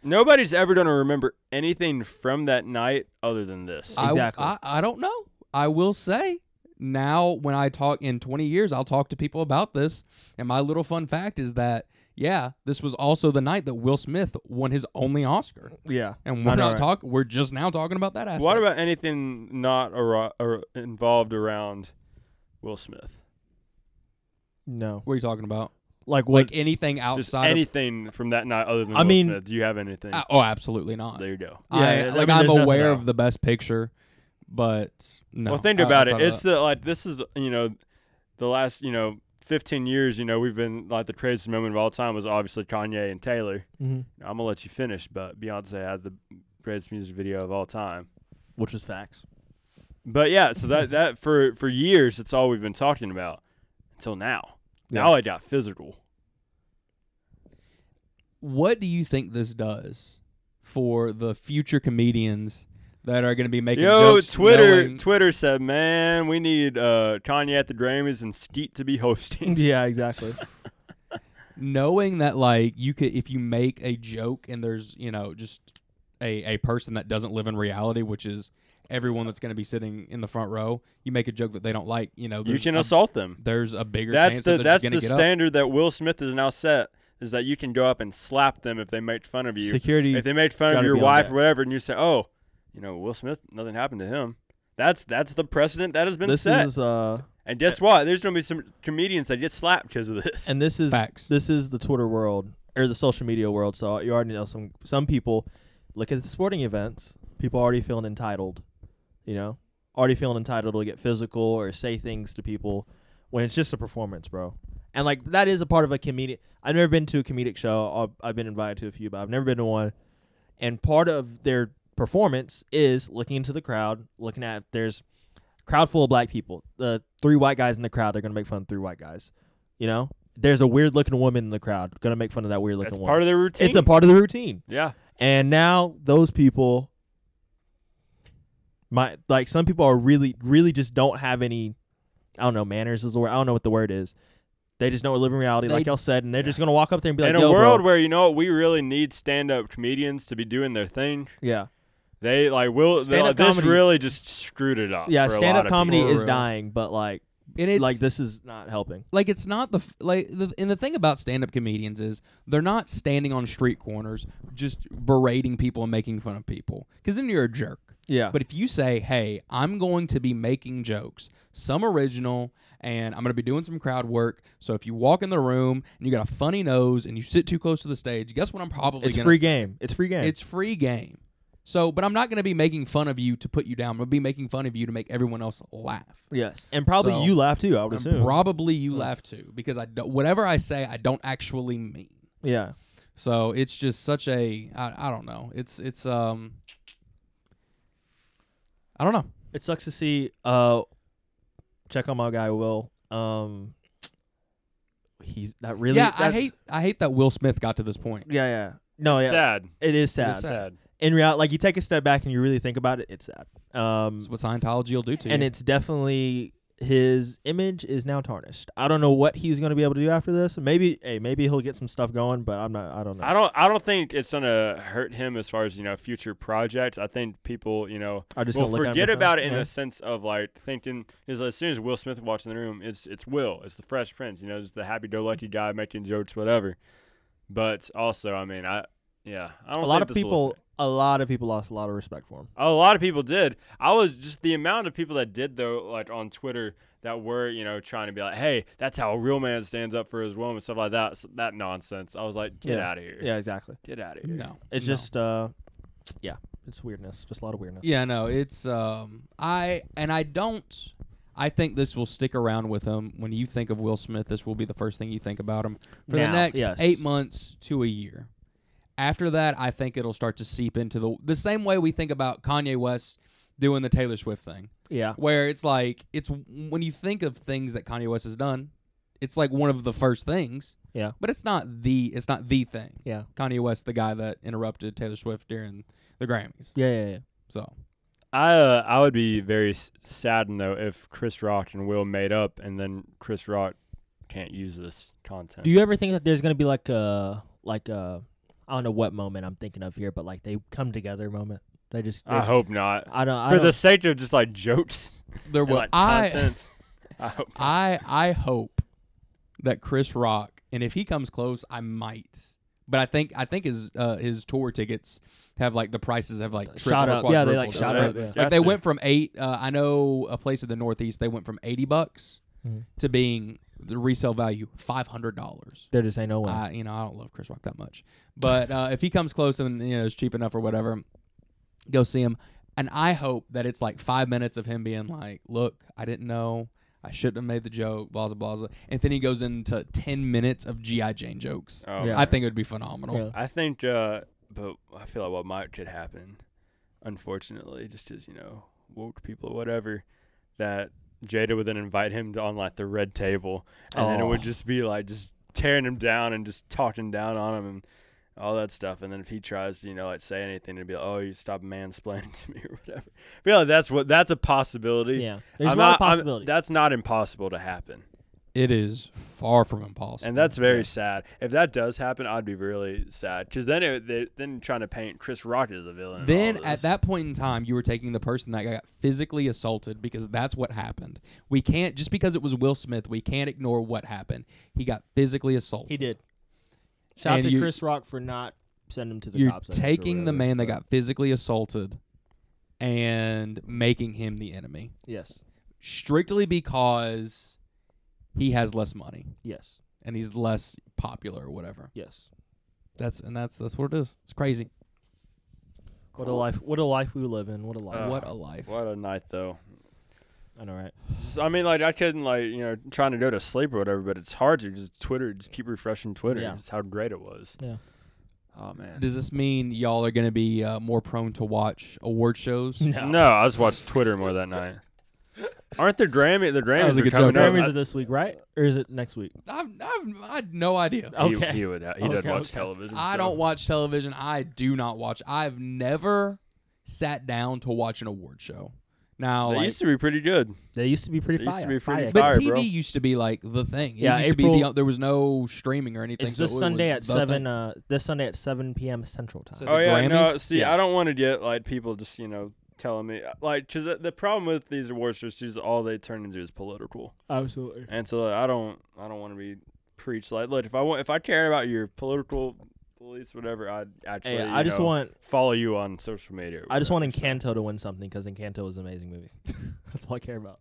Speaker 4: Nobody's ever going to remember anything from that night other than this.
Speaker 2: I,
Speaker 3: Exactly.
Speaker 2: I, I don't know. I will say now when I talk in 20 years, I'll talk to people about this. And my little fun fact is that, yeah, this was also the night that Will Smith won his only Oscar.
Speaker 3: Yeah.
Speaker 2: And we're
Speaker 3: I know,
Speaker 2: not
Speaker 3: right?
Speaker 2: talk. We're just now talking about that aspect.
Speaker 4: What about anything not ar- ar- involved around Will Smith?
Speaker 3: No.
Speaker 2: What are you talking about?
Speaker 3: Like what?
Speaker 2: Like anything
Speaker 4: Just
Speaker 2: outside
Speaker 4: anything from that night other than
Speaker 3: I
Speaker 4: Will
Speaker 3: mean-
Speaker 4: Smith. Do you have anything?
Speaker 2: of? Uh, oh, absolutely not.
Speaker 4: there you go.
Speaker 3: Yeah,
Speaker 2: I,
Speaker 3: I mean,
Speaker 2: like
Speaker 3: there's
Speaker 2: I'm
Speaker 3: nothing
Speaker 2: aware
Speaker 3: out.
Speaker 2: of the best picture, but no. uh,
Speaker 4: well, think about it.
Speaker 2: outside of
Speaker 4: It's the like this is you know the last you know 15 years. You know we've been like the craziest moment of all time was obviously Kanye and Taylor.
Speaker 3: Mhm.
Speaker 4: I'm gonna let you finish, but Beyonce had the greatest music video of all time.
Speaker 3: Which was facts.
Speaker 4: But yeah, so that that for for years that's all we've been talking about until now.
Speaker 3: Yeah.
Speaker 4: Now I got physical.
Speaker 2: what do you think this does for the future comedians that are going to be making
Speaker 4: Yo,
Speaker 2: jokes
Speaker 4: Twitter
Speaker 2: knowing-
Speaker 4: Twitter said, man, we need uh, Kanye at the Grammys and Skeet to
Speaker 2: [LAUGHS]
Speaker 4: be hosting.
Speaker 3: [LAUGHS] yeah, exactly.
Speaker 2: knowing that like you could if you make a joke and there's you know just a, a person that doesn't live in reality which is everyone that's going to be sitting in the front row you make a joke that they don't like you know
Speaker 4: You
Speaker 2: there's
Speaker 4: can
Speaker 2: a,
Speaker 4: assault them.
Speaker 2: there's a bigger
Speaker 4: That's
Speaker 2: chance
Speaker 4: the
Speaker 2: that
Speaker 4: that's
Speaker 2: going to
Speaker 4: the
Speaker 2: get up.
Speaker 4: standard that Will Smith has now set is that you can go up and slap them if they make fun of [LAUGHS] you.
Speaker 3: Security.
Speaker 4: If they make fun of
Speaker 3: gotta
Speaker 4: your
Speaker 3: be on
Speaker 4: wife
Speaker 3: that.
Speaker 4: or whatever, and you say, "Oh, you know, Will Smith, nothing happened to him." That's that's the precedent that has been
Speaker 3: this
Speaker 4: set.
Speaker 3: is uh,
Speaker 4: and guess what? There's gonna be some comedians that get slapped because of this.
Speaker 3: and this is
Speaker 2: facts
Speaker 3: this is the Twitter world or the social media world. So you already know some some people look at the sporting events. People already feeling entitled, you know, already feeling entitled to get physical or say things to people when it's just a performance, bro. And like that is a part of a comedic. I've never been to a comedic show. I've- I've been invited to a few, but I've never been to one. And part of their performance is looking into the crowd, looking at if there's crowd full of black people. The three white guys in the crowd, they're gonna make fun of three white guys. You know, there's a weird looking woman in the crowd, gonna make fun of that weird looking
Speaker 4: that's
Speaker 3: woman.
Speaker 4: part of their routine.
Speaker 3: it's a part of the routine.
Speaker 4: yeah.
Speaker 3: And now those people, my like some people are really, really just don't have any. I don't know manners is the word. I don't know what the word is. They just don't live in reality,
Speaker 2: They-
Speaker 3: like y'all said, and they're just gonna walk up there and be like,
Speaker 4: In a
Speaker 3: "Yo, bro."
Speaker 4: world where you know what, we really need stand-up comedians to be doing their thing.
Speaker 3: yeah,
Speaker 4: They like will they,
Speaker 3: Stand-up
Speaker 4: this
Speaker 3: comedy-
Speaker 4: really just screwed it up.
Speaker 3: yeah,
Speaker 4: for a lot
Speaker 3: stand up
Speaker 4: of
Speaker 3: comedy
Speaker 2: people.
Speaker 3: is
Speaker 2: For real.
Speaker 3: dying, but like,
Speaker 2: and it's
Speaker 3: like this is not helping.
Speaker 2: like it's not the f- like the, and the thing about stand-up comedians is they're not standing on street corners just berating people and making fun of people because then you're a jerk
Speaker 3: Yeah,
Speaker 2: But if you say, hey, I'm going to be making jokes, some original, and I'm going to be doing some crowd work. So if you walk in the room and you got a funny nose and you sit too close to the stage, guess what? I'm probably
Speaker 3: it's
Speaker 2: gonna
Speaker 3: free
Speaker 2: say?
Speaker 3: game. It's free game.
Speaker 2: It's free game. So, but I'm not going to be making fun of you to put you down. I'm going to be making fun of you to make everyone else laugh.
Speaker 3: Yes, and probably
Speaker 2: So,
Speaker 3: you laugh too. I would
Speaker 2: And
Speaker 3: assume.
Speaker 2: probably you laugh too because I don't, whatever I say, I don't actually mean.
Speaker 3: yeah,
Speaker 2: So it's just such a I, I don't know. It's it's um I don't know.
Speaker 3: it sucks to see. Uh, check on my guy Will. Um, he that really.
Speaker 2: yeah, I
Speaker 3: that's-
Speaker 2: hate I hate that Will Smith got to this point.
Speaker 3: Yeah, yeah. No, oh, yeah.
Speaker 4: Sad.
Speaker 3: It is sad.
Speaker 2: sad.
Speaker 3: In reality, like you take a step back and you really think about it, it's sad. Um,
Speaker 2: That's what Scientology will do to you.
Speaker 3: and it's definitely
Speaker 1: his image is now tarnished. I don't know what he's going to be able to do after this. Maybe, hey, maybe he'll get some stuff going, but I'm not. I don't know.
Speaker 4: I don't. I don't think it's gonna hurt him as far as you know future projects. I think people, you know,
Speaker 1: I just
Speaker 4: will
Speaker 1: gonna look at him
Speaker 4: forget
Speaker 1: different.
Speaker 4: about it in
Speaker 1: Yeah.
Speaker 4: the sense of like thinking is as soon as Will Smith walks in the room, it's it's Will, it's the Fresh Prince, you know, it's the happy-go-lucky guy making jokes, whatever. But also, I mean, I yeah, I don't.
Speaker 1: a lot
Speaker 4: think
Speaker 1: of
Speaker 4: this will
Speaker 1: people. A lot of people lost a lot of respect for him.
Speaker 4: A lot of people did. I was just the amount of people that did though, like on Twitter, that were you know trying to be like, "Hey, that's how a real man stands up for his woman," and stuff like that. s- that nonsense. I was like, "Get
Speaker 1: Yeah.
Speaker 4: out of here!
Speaker 1: Yeah, exactly.
Speaker 4: Get out of here!"
Speaker 2: No,
Speaker 1: It's
Speaker 2: no.
Speaker 1: just, uh, yeah, it's weirdness. Just a lot of weirdness.
Speaker 2: Yeah, no, it's um I and I don't I think this will stick around with him. When you think of Will Smith, this will be the first thing you think about him for
Speaker 1: Now,
Speaker 2: the next
Speaker 1: yes.
Speaker 2: 8 months to a year. After that, I think it'll start to seep into the the same way we think about Kanye West doing the Taylor Swift thing,
Speaker 1: Yeah.
Speaker 2: where it's like it's when you think of things that Kanye West has done, it's like one of the first things.
Speaker 1: Yeah.
Speaker 2: But it's not the it's not the thing.
Speaker 1: Yeah.
Speaker 2: Kanye West the guy that interrupted Taylor Swift during the Grammys.
Speaker 1: Yeah. Yeah. yeah.
Speaker 2: So
Speaker 4: I uh, I would be very s- saddened though if Chris Rock and Will made up, and then Chris Rock can't use this content.
Speaker 3: Do you ever think that there's gonna be like a like a I don't know what moment I'm thinking of here, but like they come together moment. They just
Speaker 4: I hope not.
Speaker 3: I don't I
Speaker 4: for
Speaker 3: don't,
Speaker 4: the sake of just like jokes
Speaker 2: there
Speaker 4: and
Speaker 2: will
Speaker 4: like
Speaker 2: I
Speaker 4: content. I, hope. not.
Speaker 2: I I hope that Chris Rock, and if he comes close, I might. But I think I think his uh, his tour tickets have like the prices have like tripled
Speaker 3: shot
Speaker 2: or
Speaker 3: up. Yeah, they like
Speaker 2: quadrupled.
Speaker 3: shot
Speaker 4: That's
Speaker 3: up.
Speaker 4: right.
Speaker 3: Yeah.
Speaker 2: Like they
Speaker 4: Gotcha.
Speaker 2: went from eight. Uh, I know a place in the Northeast. They went from eighty bucks
Speaker 3: Mhm.
Speaker 2: to being the resale value five hundred dollars.
Speaker 3: There just ain't no way.
Speaker 2: I you know I don't love Chris Rock that much, but uh, if he comes close and you know it's cheap enough or whatever, go see him. And I hope that it's like five minutes of him being like, "Look, I didn't know, I shouldn't have made the joke," blah blah blah. blah. And then he goes into ten minutes of GI Jane jokes.
Speaker 4: Oh,
Speaker 1: Yeah.
Speaker 2: I think it would be phenomenal.
Speaker 3: Yeah.
Speaker 4: I think, uh, but I feel like what might could happen, unfortunately, just as you know, woke people, or whatever, that Jada would then invite him to on like the red table, and then it would
Speaker 3: Oh.
Speaker 4: just be like just tearing him down and just talking down on him and all that stuff. And then if he tries to, you know, like say anything, it'd be like, oh, you stop mansplaining [LAUGHS] to me or whatever. I feel like that's what that's a possibility.
Speaker 3: yeah, there's
Speaker 4: I'm
Speaker 3: a lot
Speaker 4: not-
Speaker 3: of
Speaker 4: I'm-
Speaker 3: possibility.
Speaker 4: that's not impossible to happen,
Speaker 2: It is far from impossible,
Speaker 4: and that's very
Speaker 2: Yeah.
Speaker 4: sad. If that does happen, I'd be really sad because then it, they, then trying to paint Chris Rock as a villain. and all
Speaker 2: Then
Speaker 4: of
Speaker 2: at
Speaker 4: this.
Speaker 2: that point in time, you were taking the person that got physically assaulted because that's what happened. We can't just because it was Will Smith, we can't ignore what happened. He got physically assaulted.
Speaker 3: he did. Shout out
Speaker 2: And
Speaker 3: to
Speaker 2: you-
Speaker 3: Chris Rock for not sending him to the
Speaker 2: You're
Speaker 3: cops. I guess, or
Speaker 2: taking the
Speaker 3: whatever,
Speaker 2: man that
Speaker 3: but-
Speaker 2: got physically assaulted and making him the enemy
Speaker 3: yes,
Speaker 2: strictly because he has less money
Speaker 3: yes,
Speaker 2: and he's less popular or whatever.
Speaker 3: yes.
Speaker 2: That's and that's that's what it is. It's crazy.
Speaker 3: What a life! What a life we live in! What a life!
Speaker 4: Uh,
Speaker 2: what a life.
Speaker 4: What a night, though.
Speaker 3: I know, right?
Speaker 4: S- I mean, like I couldn't, like you know, trying to go to sleep or whatever. But it's hard to just Twitter, just keep refreshing Twitter.
Speaker 3: Yeah.
Speaker 4: It's how great it was.
Speaker 2: [LAUGHS]
Speaker 3: Yeah.
Speaker 4: Oh man.
Speaker 2: Does this mean y'all are going to be uh, more prone to watch award shows?
Speaker 3: No,
Speaker 4: No, I just watched Twitter more
Speaker 2: [LAUGHS]
Speaker 4: that night. Aren't the Grammy the
Speaker 2: was
Speaker 4: Grammys
Speaker 2: a
Speaker 4: are
Speaker 2: good
Speaker 4: coming
Speaker 2: joke.
Speaker 4: up?
Speaker 3: Grammys are this week, right? Or is it next week?
Speaker 2: I've, I've, I had no idea.
Speaker 4: I- he,
Speaker 3: Okay.
Speaker 4: he would. He does
Speaker 3: Okay,
Speaker 4: watch
Speaker 3: okay.
Speaker 4: television.
Speaker 2: I
Speaker 4: so-
Speaker 2: don't watch television. I do not watch. I've never sat down to watch an award show. Now,
Speaker 4: They
Speaker 2: like,
Speaker 4: used to be pretty good.
Speaker 3: They used to be pretty
Speaker 4: They used
Speaker 3: fire.
Speaker 4: to be pretty
Speaker 3: fire.
Speaker 2: but
Speaker 4: fire,
Speaker 2: TV
Speaker 4: bro.
Speaker 2: used to be like the thing. It
Speaker 3: Yeah,
Speaker 2: used to be
Speaker 3: April-
Speaker 2: the, there was no streaming or anything.
Speaker 3: It's
Speaker 2: so
Speaker 3: this
Speaker 2: it was
Speaker 3: Sunday at
Speaker 2: the
Speaker 3: seven.
Speaker 2: thing.
Speaker 3: Uh, this Sunday at seven p.m. Central Time.
Speaker 2: So
Speaker 4: Oh
Speaker 2: the
Speaker 4: yeah, no.
Speaker 2: Grammys?
Speaker 4: See,
Speaker 2: Yeah.
Speaker 4: I don't want to get like people just you know telling me like because the, the problem with these award shows is all they turn into is political,
Speaker 3: Absolutely.
Speaker 4: and so like, I don't I don't want to be preached like look if I want if I care about your political beliefs whatever I'd actually
Speaker 3: Hey,
Speaker 4: you
Speaker 3: I just
Speaker 4: know,
Speaker 3: want
Speaker 4: follow you on social media. or
Speaker 3: I just want
Speaker 4: whatever, so.
Speaker 3: Encanto to win something because Encanto was an amazing movie. [LAUGHS] That's all I care about.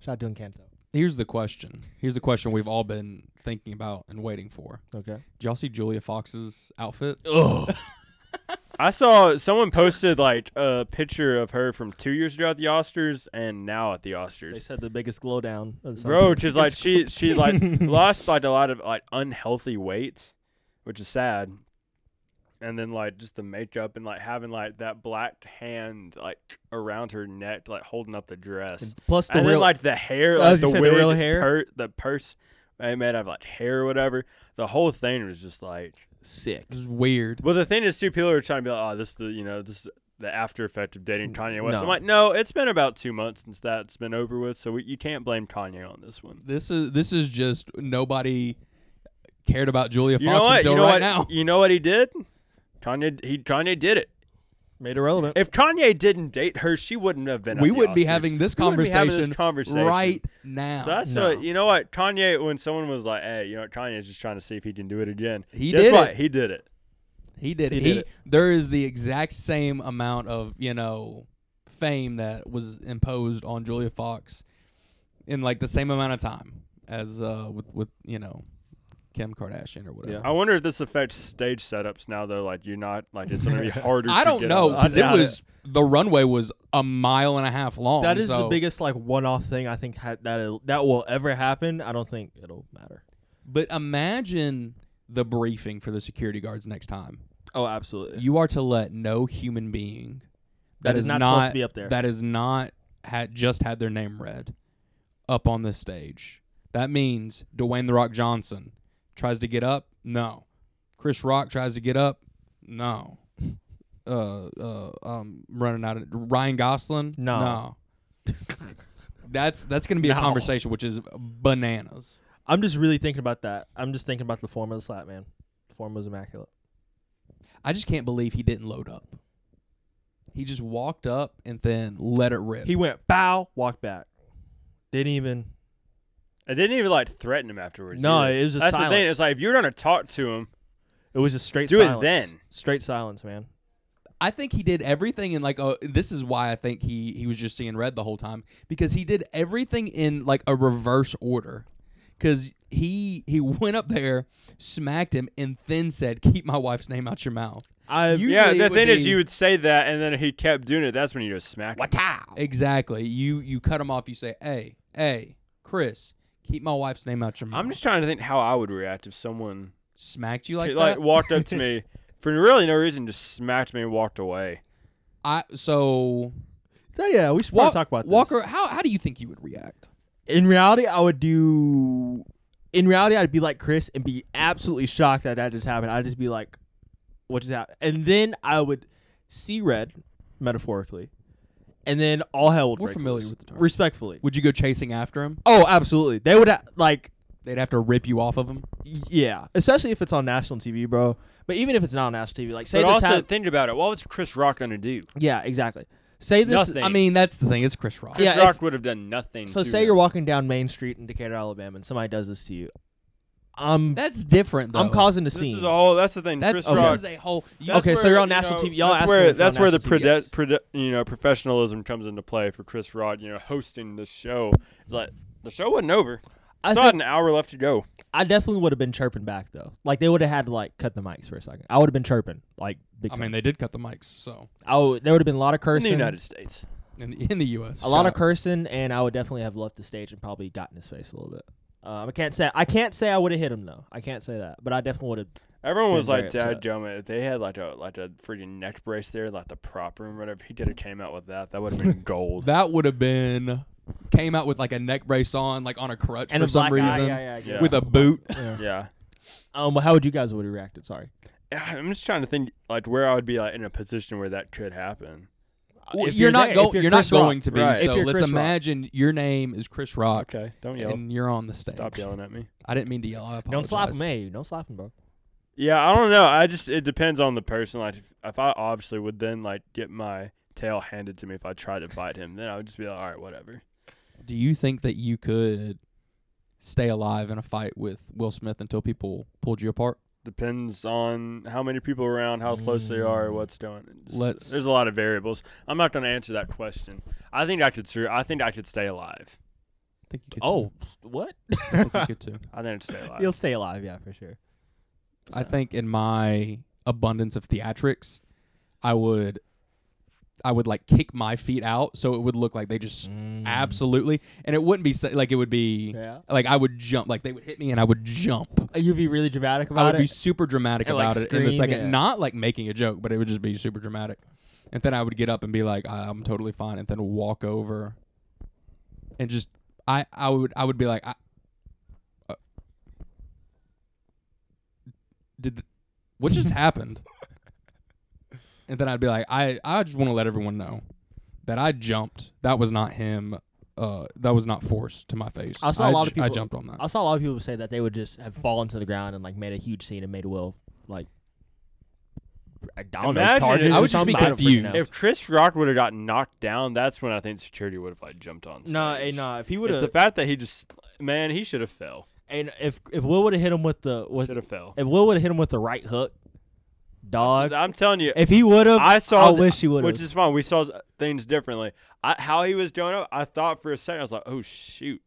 Speaker 3: Shout out to Encanto.
Speaker 2: Here's the question. Here's the question we've all been thinking about and waiting for.
Speaker 3: Okay.
Speaker 2: Did y'all see Julia Fox's outfit?
Speaker 3: Oh,
Speaker 4: I saw someone posted like a picture of her from two years ago at the Oscars and now at the Oscars.
Speaker 3: [LAUGHS] they said the biggest glow down. of the
Speaker 4: Bro,
Speaker 3: sunset.
Speaker 4: she's like she she
Speaker 3: [LAUGHS]
Speaker 4: like lost like a lot of like unhealthy weight, which is sad. And then like just the makeup and like having like that black hand like around her neck, like holding up the dress.
Speaker 3: Plus the
Speaker 4: and
Speaker 3: real
Speaker 4: then like the hair,
Speaker 3: I
Speaker 4: like
Speaker 3: was
Speaker 4: the,
Speaker 3: gonna say,
Speaker 4: wig,
Speaker 3: the real hair.
Speaker 4: per- the purse eh, made out of like hair or whatever. The whole thing was just like
Speaker 3: sick.
Speaker 2: It was weird.
Speaker 4: well, the thing is, too, people are trying to be like, "Oh, this, the you know, this the after effect of dating Kanye West. I'm
Speaker 3: no.
Speaker 4: like, no, it's been about two months since that's been over with, so we, you can't blame Kanye on this one.
Speaker 2: This is this is just nobody cared about Julia
Speaker 4: You know
Speaker 2: Fox
Speaker 4: what?
Speaker 2: until
Speaker 4: You know
Speaker 2: right
Speaker 4: what?
Speaker 2: now.
Speaker 4: You know what he did? Kanye he Kanye did it.
Speaker 3: Made irrelevant.
Speaker 4: If Kanye didn't date her, she wouldn't have been. at
Speaker 2: We
Speaker 4: the
Speaker 2: wouldn't be
Speaker 4: Oscars.
Speaker 2: having this
Speaker 4: We wouldn't be having this
Speaker 2: conversation,
Speaker 4: conversation.
Speaker 2: right now.
Speaker 4: So that's
Speaker 3: No.
Speaker 4: what you know. What Kanye? When someone was like, "Hey, you know, what, Kanye's just trying to see if he can do it again,"
Speaker 2: He
Speaker 4: Guess
Speaker 2: did
Speaker 4: what?
Speaker 2: it.
Speaker 4: He did it.
Speaker 2: He did.
Speaker 3: He
Speaker 2: He,
Speaker 3: did it.
Speaker 2: There is the exact same amount of you know fame that was imposed on Julia Fox in like the same amount of time as uh, with with you know Kim Kardashian or whatever.
Speaker 4: I wonder if this affects stage setups now, though. Like, you're not like it's
Speaker 2: [LAUGHS]
Speaker 4: gonna be harder.
Speaker 2: I
Speaker 4: to
Speaker 2: don't
Speaker 4: get
Speaker 2: know
Speaker 4: on.
Speaker 2: because
Speaker 3: I
Speaker 2: it
Speaker 3: doubt
Speaker 2: was the runway was a mile and a half long.
Speaker 3: That is the
Speaker 2: so-
Speaker 3: biggest like one-off thing I think ha- that that will ever happen. I don't think it'll matter.
Speaker 2: But imagine the briefing for the security guards next time.
Speaker 3: Oh, absolutely.
Speaker 2: You are to let no human being
Speaker 3: that is, not, supposed to be up there.
Speaker 2: that has not had just had their name read up on this stage. That means Dwayne the Rock Johnson tries to get up. No, Chris Rock tries to get up. No, [LAUGHS] uh, uh, um, running out of Ryan Gosling.
Speaker 3: No.
Speaker 2: no. that's that's gonna be a
Speaker 3: No.
Speaker 2: conversation, which is bananas.
Speaker 3: [LAUGHS] I'm just really thinking about that. I'm just thinking about the form of the slap, man. The form was immaculate.
Speaker 2: I just can't believe he didn't load up. He just walked up and then let it rip.
Speaker 3: He went bow, walked back. Didn't even.
Speaker 4: I didn't even like threaten him afterwards.
Speaker 3: No,
Speaker 4: either.
Speaker 3: it was just
Speaker 4: that's the thing.
Speaker 3: silence.
Speaker 4: It's like if you're gonna talk to him,
Speaker 3: It was just straight
Speaker 4: Do it
Speaker 3: silence.
Speaker 4: then.
Speaker 3: Straight silence, man.
Speaker 2: I think he did everything in like a, this is why I think he he was just seeing red the whole time because he did everything in like a reverse order cuz he he went up there smacked him and then said keep my wife's name out your mouth.
Speaker 3: I
Speaker 2: You-
Speaker 4: yeah.
Speaker 2: Usually it
Speaker 4: The
Speaker 2: would
Speaker 4: thing is,
Speaker 2: be-
Speaker 4: you would say that, and then if he kept doing it. That's when you just smack. Him.
Speaker 2: Exactly. You you cut him off you say, "Hey, hey, Chris, keep my wife's name out your mouth."
Speaker 4: I'm just trying to think how I would react if someone
Speaker 2: smacked you
Speaker 4: like,
Speaker 2: like, that.
Speaker 4: walked up to
Speaker 3: [LAUGHS]
Speaker 4: me for really no reason, just smacked me and walked away.
Speaker 2: I so
Speaker 3: That- yeah, we should
Speaker 2: Walk-
Speaker 3: probably talk about this.
Speaker 2: Walker, how how do you think you would react?
Speaker 3: In reality, I would do. In reality, I'd be like Chris and be absolutely shocked that that just happened. I'd just be like, "What just happened?" And then I would see red, metaphorically, and then all hell would
Speaker 2: We're
Speaker 3: break
Speaker 2: familiar
Speaker 3: loose,
Speaker 2: with the term.
Speaker 3: respectfully.
Speaker 2: Would you go chasing after him?
Speaker 3: Oh, absolutely. They would ha- like
Speaker 2: They'd have to rip you off of him.
Speaker 3: Yeah, especially if it's on national TV, bro. But even if it's not on national TV, like say
Speaker 4: but
Speaker 3: this
Speaker 4: also
Speaker 3: hap-
Speaker 4: think about it. What was Chris Rock gonna do?
Speaker 3: yeah, exactly. Say this.
Speaker 4: Nothing.
Speaker 2: I mean, that's the thing. It's Chris Rock.
Speaker 3: Yeah,
Speaker 4: Chris
Speaker 3: if-
Speaker 4: Rock would have done nothing.
Speaker 3: So
Speaker 4: to
Speaker 3: say
Speaker 4: him.
Speaker 3: you're walking down Main Street in Decatur, Alabama, and somebody does this to you. I'm
Speaker 2: That's different, though.
Speaker 3: I'm causing a
Speaker 4: This
Speaker 3: scene.
Speaker 4: is a whole. That's the thing.
Speaker 2: That's
Speaker 4: Chris
Speaker 3: okay.
Speaker 4: Rock.
Speaker 2: this is a whole. You,
Speaker 4: That's
Speaker 3: Okay, so you're on national TV. Y'all
Speaker 4: that's
Speaker 3: asking
Speaker 4: where
Speaker 3: if you're on
Speaker 4: that's where the
Speaker 3: national TV.
Speaker 4: prode- prode- you know professionalism comes into play for Chris Rod. You know, hosting the show. Like the show wasn't over.
Speaker 3: I
Speaker 4: Still had
Speaker 3: think-
Speaker 4: an hour left to go.
Speaker 3: I definitely would have been chirping back though. Like they would have had to like cut the mics for a second. I would have been chirping like big
Speaker 2: I
Speaker 3: time. I
Speaker 2: mean, they did cut the mics, so
Speaker 3: would- there would have been a lot
Speaker 4: In
Speaker 3: of
Speaker 4: the
Speaker 3: cursing,
Speaker 4: United States.
Speaker 2: in the, in the U.S.
Speaker 3: a lot
Speaker 2: Shut
Speaker 3: of
Speaker 2: up.
Speaker 3: cursing, and I would definitely have left the stage and probably gotten his face a little bit. Um, I can't say I can't say I would have hit him though. I can't say that, but I definitely would have.
Speaker 4: Everyone was
Speaker 3: Been very
Speaker 4: like,
Speaker 3: upset.
Speaker 4: "Dad, If they had like a like a freaking neck brace there, like the prop room, or whatever, he could have came out with that. That would have
Speaker 3: [LAUGHS]
Speaker 4: been gold."
Speaker 2: That would have been came out with like a neck brace on, like on a crutch
Speaker 3: And
Speaker 2: for
Speaker 3: a
Speaker 2: some
Speaker 3: black
Speaker 2: reason,
Speaker 3: eye, yeah, yeah, I get
Speaker 4: it.
Speaker 2: with a boot.
Speaker 4: yeah.
Speaker 3: Um, well, how would you guys would have reacted? Sorry.
Speaker 4: [SIGHS] I'm just trying to think like where I would be like in a position where that could happen.
Speaker 2: Well,
Speaker 3: If
Speaker 2: you're, not
Speaker 3: there-
Speaker 2: going.
Speaker 3: if You're,
Speaker 2: You're, not
Speaker 3: Chris Rock.
Speaker 2: going to be.
Speaker 4: Right.
Speaker 3: If
Speaker 2: So
Speaker 3: you're
Speaker 2: let's
Speaker 3: Chris Rock.
Speaker 2: imagine your name is Chris Rock,
Speaker 4: Okay, don't yell.
Speaker 2: and you're on the stage.
Speaker 4: Stop yelling at me.
Speaker 2: I didn't mean to yell. I apologize.
Speaker 3: Don't slap him, hey. Don't slap him, bro.
Speaker 4: Yeah, I don't know. I just it depends on the person. Like if, if I obviously would then like get my tail handed to me if I tried to fight him, then I would just be like, all right, whatever.
Speaker 2: Do you think that you could stay alive in a fight with Will Smith until people pulled you apart?
Speaker 4: Depends on how many people around, how close they are, what's going. it's-
Speaker 2: Mm. Let's-
Speaker 4: There's a lot of variables. I'm not going to answer that question. I think I could. sur- I think I could stay alive.
Speaker 2: I think you could.
Speaker 3: Oh, psst, what?
Speaker 2: too. I think you could too.
Speaker 4: I think
Speaker 2: [LAUGHS]
Speaker 4: I'd stay alive.
Speaker 3: [LAUGHS] He'll stay alive, yeah, for sure.
Speaker 2: I
Speaker 3: So.
Speaker 2: think in my abundance of theatrics, I would I would like kick my feet out so it would look like they just
Speaker 4: Mm.
Speaker 2: absolutely and it wouldn't be sa- like it would be
Speaker 3: Mm. Yeah. Uh,
Speaker 2: like I would jump like they would hit me and I would jump.
Speaker 3: You'd be really dramatic
Speaker 2: I
Speaker 3: about
Speaker 2: would be
Speaker 3: it.
Speaker 2: super dramatic
Speaker 3: And, like,
Speaker 2: about it in the
Speaker 3: scream,
Speaker 2: second,
Speaker 3: yeah.
Speaker 2: not like making a joke, but it would just be super dramatic. And then I would get up and be like, "I- "I'm totally fine," and then walk over and just I I would I would be like, I, uh,
Speaker 3: [LAUGHS]
Speaker 2: "Did th- what just happened?" and then I'd be like, I I just want to let everyone know that I jumped. That was not him. Uh, that was not forced to my face.
Speaker 3: I saw
Speaker 2: a
Speaker 3: a lot of
Speaker 2: I
Speaker 3: people-
Speaker 2: jumped on that.
Speaker 3: I saw a lot of people say that they would just have fallen to the ground and like made a huge scene and made Will like I don't know
Speaker 4: Imagine
Speaker 3: charges.
Speaker 4: if-
Speaker 3: or
Speaker 4: I would
Speaker 2: just be
Speaker 3: something? I don't freaking know.
Speaker 2: confused.
Speaker 4: If Chris Rock would have gotten knocked down, that's when I think security would have like jumped on.
Speaker 1: No, hey,
Speaker 4: stage.
Speaker 1: no. If he would
Speaker 4: It's the
Speaker 1: have,
Speaker 4: fact that he just man, he should have fell.
Speaker 3: And if if Will would have hit him with the with
Speaker 4: Should have fell.
Speaker 3: if Will would have hit him with the right hook, dog.
Speaker 4: I'm telling you,
Speaker 3: If he would have,
Speaker 4: I saw.
Speaker 3: I
Speaker 4: th-
Speaker 3: wish he would
Speaker 4: Which
Speaker 3: have.
Speaker 4: is fine. We saw things differently. I, how he was doing it, I thought for a second, I was like, "Oh shoot!"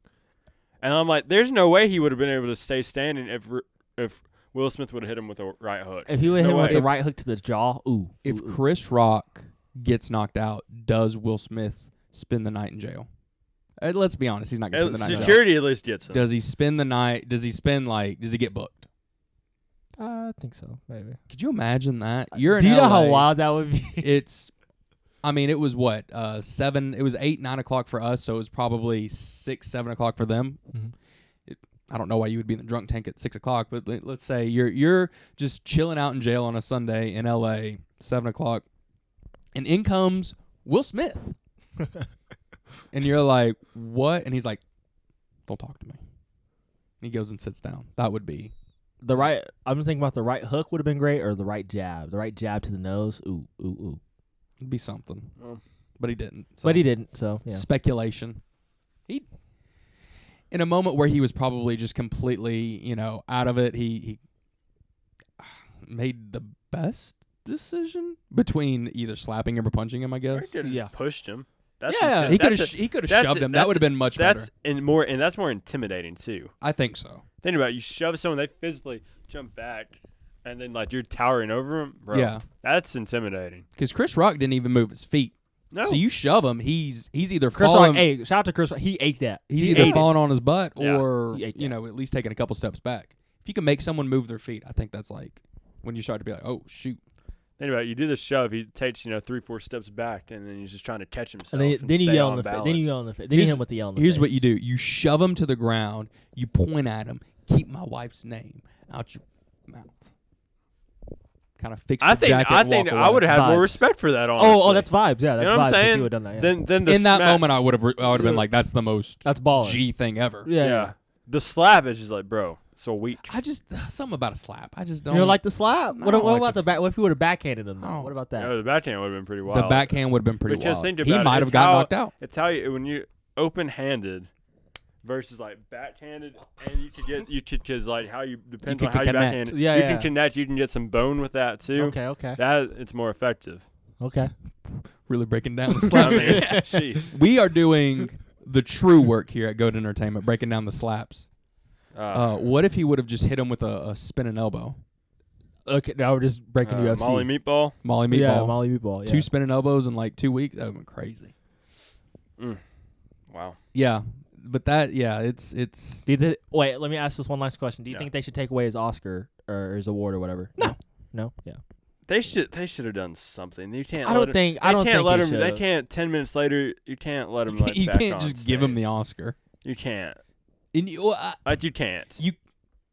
Speaker 4: And I'm like, "There's no way he would have been able to stay standing if r- if Will Smith would have hit him with a right hook."
Speaker 3: If he would have
Speaker 4: No
Speaker 3: hit him with
Speaker 4: way.
Speaker 3: the right hook to the jaw, ooh.
Speaker 2: if
Speaker 3: ooh, ooh.
Speaker 2: Chris Rock gets knocked out, does Will Smith spend the night in jail? Uh, let's be honest, he's not gonna
Speaker 4: Uh,
Speaker 2: spend the night. in jail.
Speaker 4: security at least gets him.
Speaker 2: Does he spend the night? Does he spend like? Does he get booked?
Speaker 3: I think so, maybe.
Speaker 2: Could you imagine that? You're in
Speaker 3: Do you know how
Speaker 2: LA. [LAUGHS]
Speaker 3: wild that would be?
Speaker 2: It's, I mean, it was what uh seven. It was eight, nine o'clock for us, so it was probably six, seven o'clock for them.
Speaker 3: Mhm.
Speaker 2: It, I don't know why you would be in the drunk tank at six o'clock, but let, let's say you're you're just chilling out in jail on a Sunday in L.A. seven o'clock, and in comes Will Smith, and you're like, what? And he's like, don't talk to me. And he goes and sits down. That would be
Speaker 3: The right, I'm thinking about the right hook would have been great, or the right jab, the right jab to the nose. Ooh, ooh, ooh.
Speaker 2: it'd be something,
Speaker 4: Oh.
Speaker 2: but he didn't. so.
Speaker 3: But he didn't, so yeah.
Speaker 2: speculation. He in a moment where he was probably just completely, you know, out of it, he [SIGHS] he made the best decision between either slapping him or punching him, I
Speaker 4: Or he
Speaker 2: guess.
Speaker 4: could have
Speaker 3: Yeah.
Speaker 4: pushed him. That's
Speaker 2: yeah,
Speaker 4: inti-
Speaker 2: he could have
Speaker 4: that's a-
Speaker 2: sh- he could have
Speaker 4: that's
Speaker 2: shoved
Speaker 4: a-
Speaker 2: him.
Speaker 4: that's
Speaker 2: That would have been much better.
Speaker 4: That's and more and that's more intimidating too.
Speaker 2: I think so.
Speaker 4: Think about it, you shove someone, they physically jump back, and then like you're towering over them, bro.
Speaker 2: Yeah.
Speaker 4: that's intimidating.
Speaker 2: Cuz Chris Rock didn't even move his feet.
Speaker 4: No,
Speaker 2: So you shove him, he's he's either
Speaker 3: Chris
Speaker 2: falling
Speaker 3: Rock, hey, shout out to Chris Rock. He ate that.
Speaker 2: he's
Speaker 3: he
Speaker 2: either
Speaker 3: ate it.
Speaker 2: falling on his butt
Speaker 4: Yeah.
Speaker 2: or
Speaker 3: He ate
Speaker 2: you
Speaker 3: that.
Speaker 2: know, at least taking a couple steps back. If you can make someone move their feet, I think that's like when you start to be like, "Oh, shoot."
Speaker 4: think about it, you do the shove, he takes you know three four steps back, and then he's just trying to catch himself.
Speaker 3: And then, then you
Speaker 4: stay
Speaker 3: yell
Speaker 4: on
Speaker 3: in the face.
Speaker 4: balance.
Speaker 3: Then you yell in the face. Then you
Speaker 2: Here's-
Speaker 3: hit him with the yell in the
Speaker 2: Here's
Speaker 3: face.
Speaker 2: what you do: you shove him to the ground, you point at him, keep my wife's name out your mouth. Kind of fix the
Speaker 4: I think
Speaker 2: jacket.
Speaker 4: I
Speaker 2: and
Speaker 4: think
Speaker 2: walk
Speaker 4: I
Speaker 2: away.
Speaker 4: would have had more
Speaker 3: Vibes.
Speaker 4: respect for that. Honestly.
Speaker 3: Oh, oh, that's vibes. Yeah, that's
Speaker 4: you know what
Speaker 3: vibes.
Speaker 4: I'm
Speaker 3: if
Speaker 4: saying.
Speaker 3: you would've done that, yeah.
Speaker 4: Then then the
Speaker 2: in that
Speaker 4: smack-
Speaker 2: moment. I would have. Re- I would have been
Speaker 4: Yeah.
Speaker 2: like, "That's the most
Speaker 3: that's balling.
Speaker 2: G thing ever."
Speaker 3: yeah.
Speaker 4: yeah, the slap is just like bro, so weak.
Speaker 2: I just [SIGHS] something about a slap. I just don't.
Speaker 3: You know, like the slap.
Speaker 2: No,
Speaker 3: what what
Speaker 2: like
Speaker 3: about
Speaker 2: the
Speaker 3: the back? What if you would have backhanded him? though?
Speaker 2: No.
Speaker 3: What about that?
Speaker 4: Oh, the backhand would have been pretty
Speaker 2: the
Speaker 4: wild.
Speaker 2: backhand would have been pretty
Speaker 4: But
Speaker 2: wild.
Speaker 4: just think
Speaker 2: he
Speaker 4: about it,
Speaker 2: might have
Speaker 4: it's
Speaker 2: got
Speaker 4: how-
Speaker 2: knocked out.
Speaker 4: It's how you when you open handed versus like backhanded, and you could get you could because like how you depends
Speaker 2: You
Speaker 4: on
Speaker 2: could
Speaker 4: how you
Speaker 2: connect.
Speaker 4: backhand.
Speaker 3: Yeah,
Speaker 4: you
Speaker 3: yeah.
Speaker 4: can connect. You can get some bone with that too.
Speaker 3: okay, okay,
Speaker 4: That it's more effective.
Speaker 3: okay.
Speaker 2: Really breaking down
Speaker 4: [LAUGHS]
Speaker 2: the
Speaker 4: I
Speaker 2: slaps. [LAUGHS]
Speaker 4: mean, sheesh.
Speaker 2: we are doing the true work here at Goat Entertainment, breaking down the slaps.
Speaker 4: Uh,
Speaker 2: Uh, what if he would have just hit him with a, a spinning elbow,
Speaker 3: Okay, now we're just breaking
Speaker 4: uh,
Speaker 3: UFC.
Speaker 4: Molly meatball.
Speaker 2: Molly meatball?
Speaker 3: Yeah, Molly meatball. Yeah.
Speaker 2: two spinning elbows in like two weeks. That would been crazy.
Speaker 4: Wow.
Speaker 2: Yeah, but that yeah, it's it's [LAUGHS]
Speaker 3: Do you thi- wait, let me ask this one last question. Do you
Speaker 4: Yeah.
Speaker 3: think they should take away his Oscar or his award or whatever?
Speaker 2: No.
Speaker 3: No. Yeah.
Speaker 4: They should they should have done something. You can't.
Speaker 3: I
Speaker 4: let
Speaker 3: don't
Speaker 4: him-
Speaker 3: think.
Speaker 4: They
Speaker 3: I don't
Speaker 4: can't
Speaker 3: think
Speaker 4: let
Speaker 3: he
Speaker 4: him. They
Speaker 3: should've.
Speaker 4: can't. Ten minutes later, you can't let
Speaker 2: [LAUGHS]
Speaker 4: him.
Speaker 2: you,
Speaker 4: like,
Speaker 2: you
Speaker 4: back
Speaker 2: can't
Speaker 4: on
Speaker 2: just give him
Speaker 4: stage.
Speaker 2: the Oscar.
Speaker 4: You can't.
Speaker 2: And you, well, I-
Speaker 4: Like you can't.
Speaker 2: You-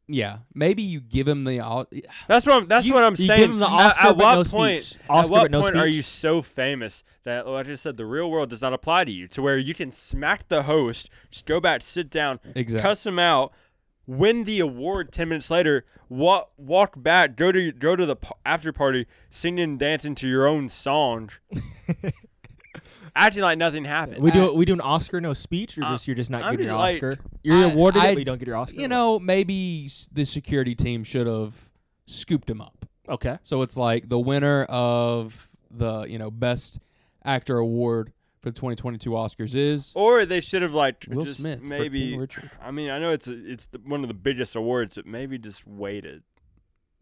Speaker 2: yeah, maybe you give him the Os-
Speaker 4: That's what I'm, that's
Speaker 2: You-
Speaker 4: what I'm
Speaker 3: You
Speaker 4: saying.
Speaker 3: give him the
Speaker 4: At-
Speaker 3: Oscar,
Speaker 4: at,
Speaker 3: but
Speaker 4: what
Speaker 3: no
Speaker 4: point?
Speaker 3: speech.
Speaker 4: at
Speaker 3: Oscar,
Speaker 4: what
Speaker 3: but no
Speaker 4: point are
Speaker 3: speech.
Speaker 4: you so famous that, like I just said, the real world does not apply to you, to where you can smack the host, just go back, sit down,
Speaker 2: exactly.
Speaker 4: cuss him out, win the award ten minutes later, walk walk back, go to go to the p- after party, singing and dancing to your
Speaker 2: [LAUGHS]
Speaker 4: own song, acting like nothing happened.
Speaker 3: We do. we do an Oscar no speech. You're
Speaker 4: Uh,
Speaker 3: just. You're just not
Speaker 4: I'm
Speaker 3: getting
Speaker 4: just
Speaker 3: your
Speaker 4: like-
Speaker 3: Oscar. You're
Speaker 2: I-
Speaker 3: awarded
Speaker 2: I-
Speaker 3: it, but you don't get your Oscar.
Speaker 2: You know, maybe s- the security team should have scooped him up.
Speaker 3: Okay.
Speaker 2: So it's like the winner of the you know best actor award for the 2022 Oscars is
Speaker 4: or they should have like
Speaker 2: Will
Speaker 4: just
Speaker 2: Smith. for
Speaker 4: maybe
Speaker 2: King Richard.
Speaker 4: I mean, I know it's a, it's the, one of the biggest awards, but maybe just waited.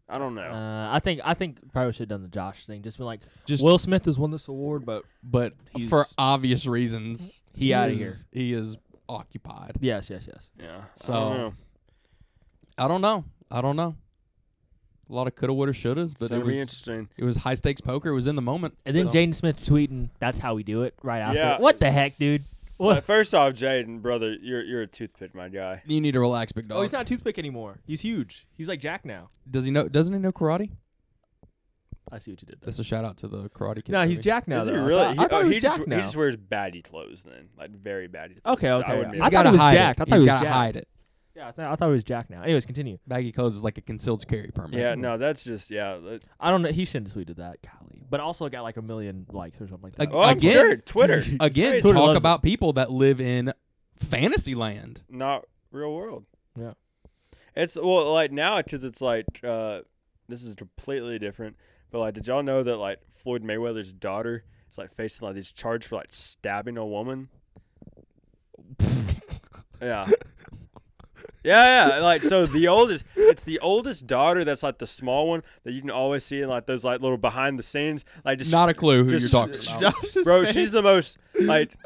Speaker 4: I don't know.
Speaker 3: Uh, I think. I think probably should have done the Josh thing. Just been like,
Speaker 2: Just-
Speaker 3: Will Smith has won this award, but
Speaker 2: but
Speaker 3: He's-
Speaker 2: for obvious reasons,
Speaker 3: He outta here.
Speaker 2: is- He is occupied.
Speaker 3: yes, yes, yes.
Speaker 4: yeah.
Speaker 2: So-
Speaker 4: I don't know.
Speaker 2: I don't know. I don't know. A lot of coulda, woulda, shouldas, but
Speaker 4: so
Speaker 2: it
Speaker 4: it'll be
Speaker 2: was
Speaker 4: interesting.
Speaker 2: it was high stakes poker. It was in the moment.
Speaker 3: And then
Speaker 2: so.
Speaker 3: Jaden Smith tweeting, "That's how we do it." Right after.
Speaker 4: Yeah.
Speaker 3: What the heck, dude? [LAUGHS]
Speaker 4: Like, first off, Jaden, brother, you're you're a toothpick, my guy.
Speaker 2: you need to relax, big
Speaker 3: Oh,
Speaker 2: dog.
Speaker 1: not toothpick anymore. He's huge. He's like Jack now.
Speaker 2: Does he know? Doesn't he know karate?
Speaker 3: I see what you did. There.
Speaker 2: That's a shout out to the Karate Kid.
Speaker 3: No, he's
Speaker 2: movie.
Speaker 3: Jack now.
Speaker 4: Is
Speaker 3: though.
Speaker 4: he
Speaker 3: I
Speaker 4: really?
Speaker 3: thought- I
Speaker 4: He-
Speaker 3: thought,
Speaker 4: oh,
Speaker 3: he was
Speaker 4: he
Speaker 3: Jack
Speaker 4: just,
Speaker 3: now. Oh,
Speaker 4: He just wears baggy clothes then, like very baggy. Clothes.
Speaker 3: okay,
Speaker 4: So
Speaker 3: okay.
Speaker 4: I would be-
Speaker 3: I
Speaker 2: He's
Speaker 3: thought
Speaker 2: gotta
Speaker 3: he was
Speaker 2: hide
Speaker 3: Jack.
Speaker 2: It.
Speaker 3: I thought
Speaker 2: He's
Speaker 3: he was
Speaker 2: gotta
Speaker 3: Jack.
Speaker 2: hide it.
Speaker 3: yeah, I, thought- I thought he was Jack now. Anyways, continue.
Speaker 2: Baggy clothes is like a concealed carry permit.
Speaker 4: yeah, no, that's just yeah. that-
Speaker 3: I don't know. He shouldn't have tweeted that. Golly, but also got like a million likes or something like that.
Speaker 2: Ag-
Speaker 4: Oh, I'm
Speaker 2: Again?
Speaker 4: sure
Speaker 3: [LAUGHS]
Speaker 4: Twitter,
Speaker 2: Again, talk
Speaker 4: Twitter
Speaker 3: loves it.
Speaker 2: about people that live in fantasy land.
Speaker 4: not real world.
Speaker 3: Yeah.
Speaker 4: it's well like now because it's like uh, this is completely different. But like, did y'all know that like Floyd Mayweather's daughter is like facing like these charges for like stabbing
Speaker 2: [LAUGHS]
Speaker 4: a woman? Yeah. Yeah, yeah. Like so the oldest it's the oldest daughter that's like the small one that you can always see in like those like little behind the scenes. Like just
Speaker 2: Not a clue who
Speaker 4: just-
Speaker 2: you're talking
Speaker 3: [LAUGHS]
Speaker 2: about.
Speaker 4: [LAUGHS] bro, she's the most like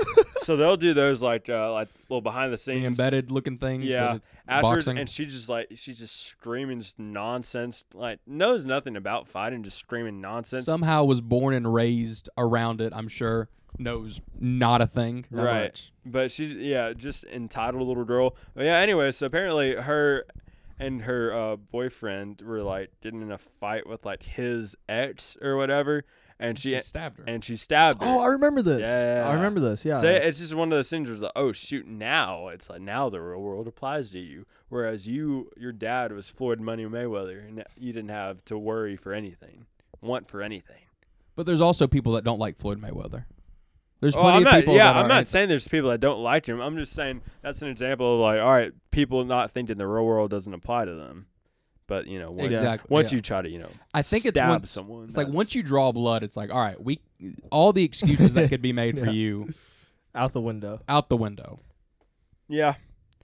Speaker 4: so they'll do those like uh like little behind the
Speaker 2: The
Speaker 4: scenes
Speaker 2: embedded looking things.
Speaker 4: Yeah.
Speaker 2: But it's
Speaker 4: afterwards
Speaker 2: boxing.
Speaker 4: and she just like she's just screaming just nonsense, like knows nothing about fighting, just screaming nonsense.
Speaker 2: Somehow was born and raised around it. I'm sure knows not a thing.
Speaker 3: Not
Speaker 4: right.
Speaker 3: much.
Speaker 4: But she, yeah, just entitled little girl. But yeah. Anyway, so apparently her and her uh, boyfriend were like getting in a fight with like his ex or whatever, and she,
Speaker 2: She stabbed her.
Speaker 4: and she stabbed.
Speaker 3: Oh, I
Speaker 4: her.
Speaker 3: remember this.
Speaker 4: Yeah.
Speaker 3: I remember this. Yeah.
Speaker 4: So it's just one of those things where it's like, oh shoot, now it's like now the real world applies to you, whereas you, your dad was Floyd Money Mayweather, and you didn't have to worry for anything, want for anything.
Speaker 2: But there's also people that don't like Floyd Mayweather. There's
Speaker 4: Oh,
Speaker 2: plenty
Speaker 4: I'm
Speaker 2: of
Speaker 4: not,
Speaker 2: people.
Speaker 4: yeah,
Speaker 2: that
Speaker 4: I'm
Speaker 2: are
Speaker 4: not
Speaker 2: anti-
Speaker 4: saying there's people that don't like him. I'm just saying that's an example of like, all right, people not thinking the real world doesn't apply to them. But you know, once,
Speaker 2: Exactly,
Speaker 4: once
Speaker 2: yeah.
Speaker 4: you try to, you know,
Speaker 2: I think it's
Speaker 4: stab
Speaker 2: once-
Speaker 4: someone.
Speaker 2: It's like
Speaker 4: that's-
Speaker 2: once you draw blood, it's like all right, we all the excuses
Speaker 4: [LAUGHS]
Speaker 2: that could be made for
Speaker 3: Yeah.
Speaker 2: you
Speaker 3: out the window.
Speaker 2: out the window.
Speaker 4: yeah,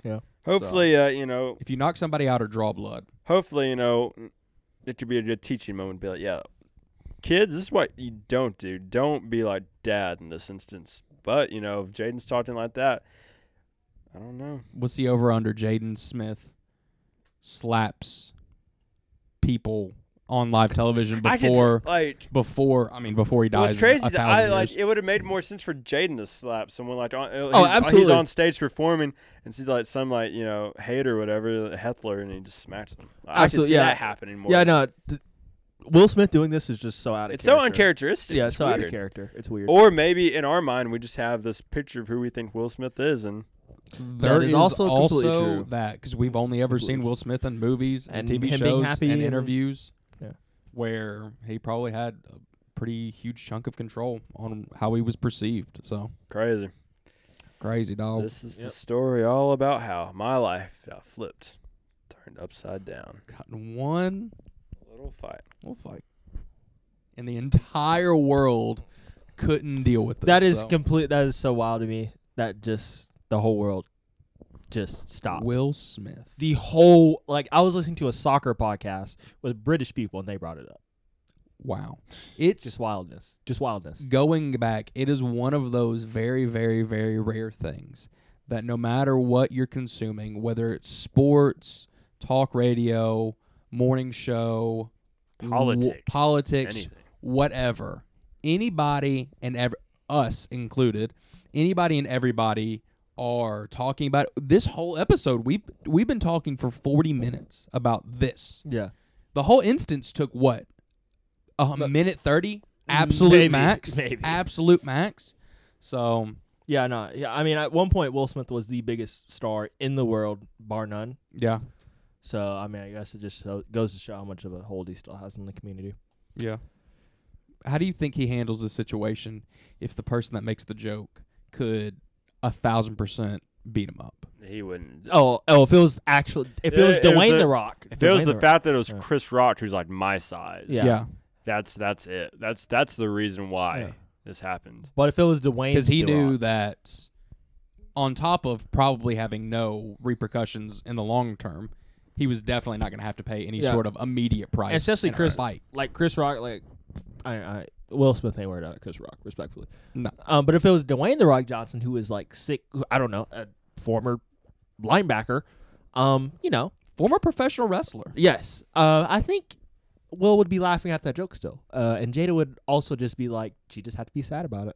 Speaker 3: Yeah.
Speaker 4: Hopefully, uh, you know,
Speaker 2: If you knock somebody out or draw blood,
Speaker 4: hopefully, you know, it could be a good teaching moment. Be like, yeah, kids, this is what you don't do. Don't be like dad in this instance. But you know, if Jaden's talking like that, I don't know.
Speaker 2: what's the over under? Jaden Smith slaps people on live television
Speaker 4: I could,
Speaker 2: before
Speaker 4: [LAUGHS] like
Speaker 2: before I mean before he dies.
Speaker 4: What's
Speaker 2: in
Speaker 4: crazy
Speaker 2: a
Speaker 4: is that I
Speaker 2: thousand
Speaker 4: like
Speaker 2: years.
Speaker 4: it would have made more sense for Jaden to slap someone like on. Oh, He's
Speaker 3: absolutely.
Speaker 4: on stage performing and sees like some like you know hater or whatever heckler and he just smacks him. I
Speaker 3: Absolutely,
Speaker 4: could see
Speaker 3: yeah.
Speaker 4: that happening more.
Speaker 3: Yeah. No. Th- Will Smith doing this is just so out of.
Speaker 4: it's so
Speaker 3: character.
Speaker 4: uncharacteristic.
Speaker 3: Yeah.
Speaker 4: it's
Speaker 3: It's so out of
Speaker 4: weird. Oh,
Speaker 3: character. It's weird.
Speaker 4: Or maybe in our mind we just have this picture of who we think Will Smith is, and
Speaker 2: There
Speaker 3: That is also completely
Speaker 2: also
Speaker 3: true.
Speaker 2: that because we've only ever seen
Speaker 3: Completely.
Speaker 2: Will Smith in movies and,
Speaker 3: And
Speaker 2: TV
Speaker 3: him being
Speaker 2: shows
Speaker 3: happy
Speaker 2: and
Speaker 3: and-
Speaker 2: interviews,
Speaker 3: Yeah.
Speaker 2: where he probably had a pretty huge chunk of control on how he was perceived. So
Speaker 4: crazy.
Speaker 2: crazy dog.
Speaker 4: This is the
Speaker 3: Yep.
Speaker 4: story all about how my life got flipped, turned upside down.
Speaker 2: Gotten one
Speaker 4: Little fight.
Speaker 2: wolf fight, and the entire world couldn't deal with this.
Speaker 3: That is
Speaker 2: so.
Speaker 3: complete. That is so wild to me. That just the whole world just stopped.
Speaker 2: Will Smith.
Speaker 3: the whole like I was listening to a soccer podcast with British people and they brought it up.
Speaker 2: Wow, it's
Speaker 3: Just wildness. Just wildness.
Speaker 2: going back, it is one of those very, very, very rare things that no matter what you're consuming, whether it's sports, talk radio, morning show, wh-
Speaker 4: Politics,
Speaker 2: politics,
Speaker 4: anything.
Speaker 2: whatever, anybody and ever us included, anybody and everybody are talking about this whole episode. We've we've been talking for 40 minutes about this.
Speaker 3: Yeah.
Speaker 2: The whole instance took what? A minute 30? Absolute
Speaker 3: Maybe,
Speaker 2: max?
Speaker 3: maybe.
Speaker 2: Absolute max? So,
Speaker 3: Yeah, no. Yeah, I mean at one point Will Smith was the biggest star in the world bar none.
Speaker 2: yeah.
Speaker 3: So I mean I guess it just so, goes to show how much of a hold he still has in the community.
Speaker 2: Yeah. How do you think he handles the situation if the person that makes the joke could a thousand percent beat him up?
Speaker 4: He wouldn't.
Speaker 3: Oh, oh, if it was actual if it
Speaker 4: Yeah,
Speaker 3: was
Speaker 4: it was
Speaker 3: Dwayne
Speaker 4: the-
Speaker 3: the, Rock.
Speaker 4: If it was
Speaker 3: Dwayne
Speaker 4: the fact that it was
Speaker 3: Yeah.
Speaker 4: Chris Rock, who's like my size,
Speaker 3: Yeah.
Speaker 4: That's that's it. That's that's the reason why
Speaker 3: Yeah.
Speaker 4: this happened.
Speaker 3: But if it was Dwayne
Speaker 2: Because he
Speaker 3: The
Speaker 2: knew
Speaker 3: Rock-
Speaker 2: that on top of probably having no repercussions in the long term, he was definitely not going to have to pay any
Speaker 3: Yeah.
Speaker 2: sort of immediate price.
Speaker 3: And especially
Speaker 2: in a
Speaker 3: Chris-
Speaker 2: fight.
Speaker 3: like Chris Rock like I I Will Smith ain't worried about Chris Rock, respectfully.
Speaker 2: No.
Speaker 3: Um, but if it was Dwayne the Rock Johnson, who was like sick, who- I don't know, a former linebacker, um, you know,
Speaker 2: Former professional wrestler.
Speaker 3: yes, uh, I think Will would be laughing at that joke still, uh, and Jada would also just be like, she just had to be sad about it,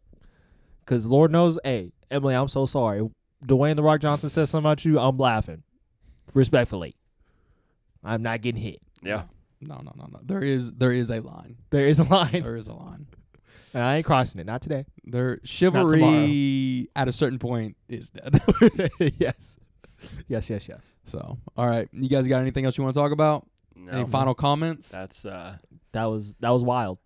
Speaker 3: because Lord knows, hey, Emily, I'm so sorry. Dwayne the Rock Johnson says something about you, I'm laughing, respectfully. I'm not getting hit.
Speaker 4: Yeah.
Speaker 2: No, no, no, no. There is there is a line.
Speaker 3: There is a
Speaker 2: [LAUGHS]
Speaker 3: line.
Speaker 2: There is a line.
Speaker 3: And I ain't crossing it. Not today.
Speaker 2: There chivalry at a certain point is dead. [LAUGHS]
Speaker 3: [LAUGHS] yes. Yes, yes, yes.
Speaker 2: so, all right. You guys got anything else you want to talk about?
Speaker 4: No,
Speaker 2: Any final comments?
Speaker 4: that's uh,
Speaker 3: That was that was wild.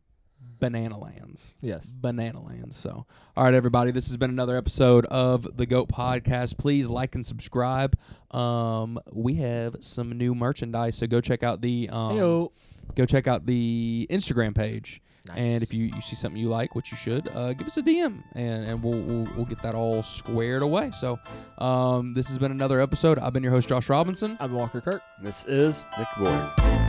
Speaker 2: Banana lands.
Speaker 3: Yes.
Speaker 2: Banana Land. So, all right, everybody, this has been another episode of the Goat Podcast. Please like and subscribe. Um, we have some new merchandise, so go check out the um, go check out the Instagram page.
Speaker 3: Um,
Speaker 2: And if you, you see something you like, which you should, uh, give us a DM, and and we'll, we'll we'll get that all squared away. So, um, this has been another episode. I've been your host Josh Robinson.
Speaker 3: I'm Walker Kirk.
Speaker 4: this is Nick Boyd.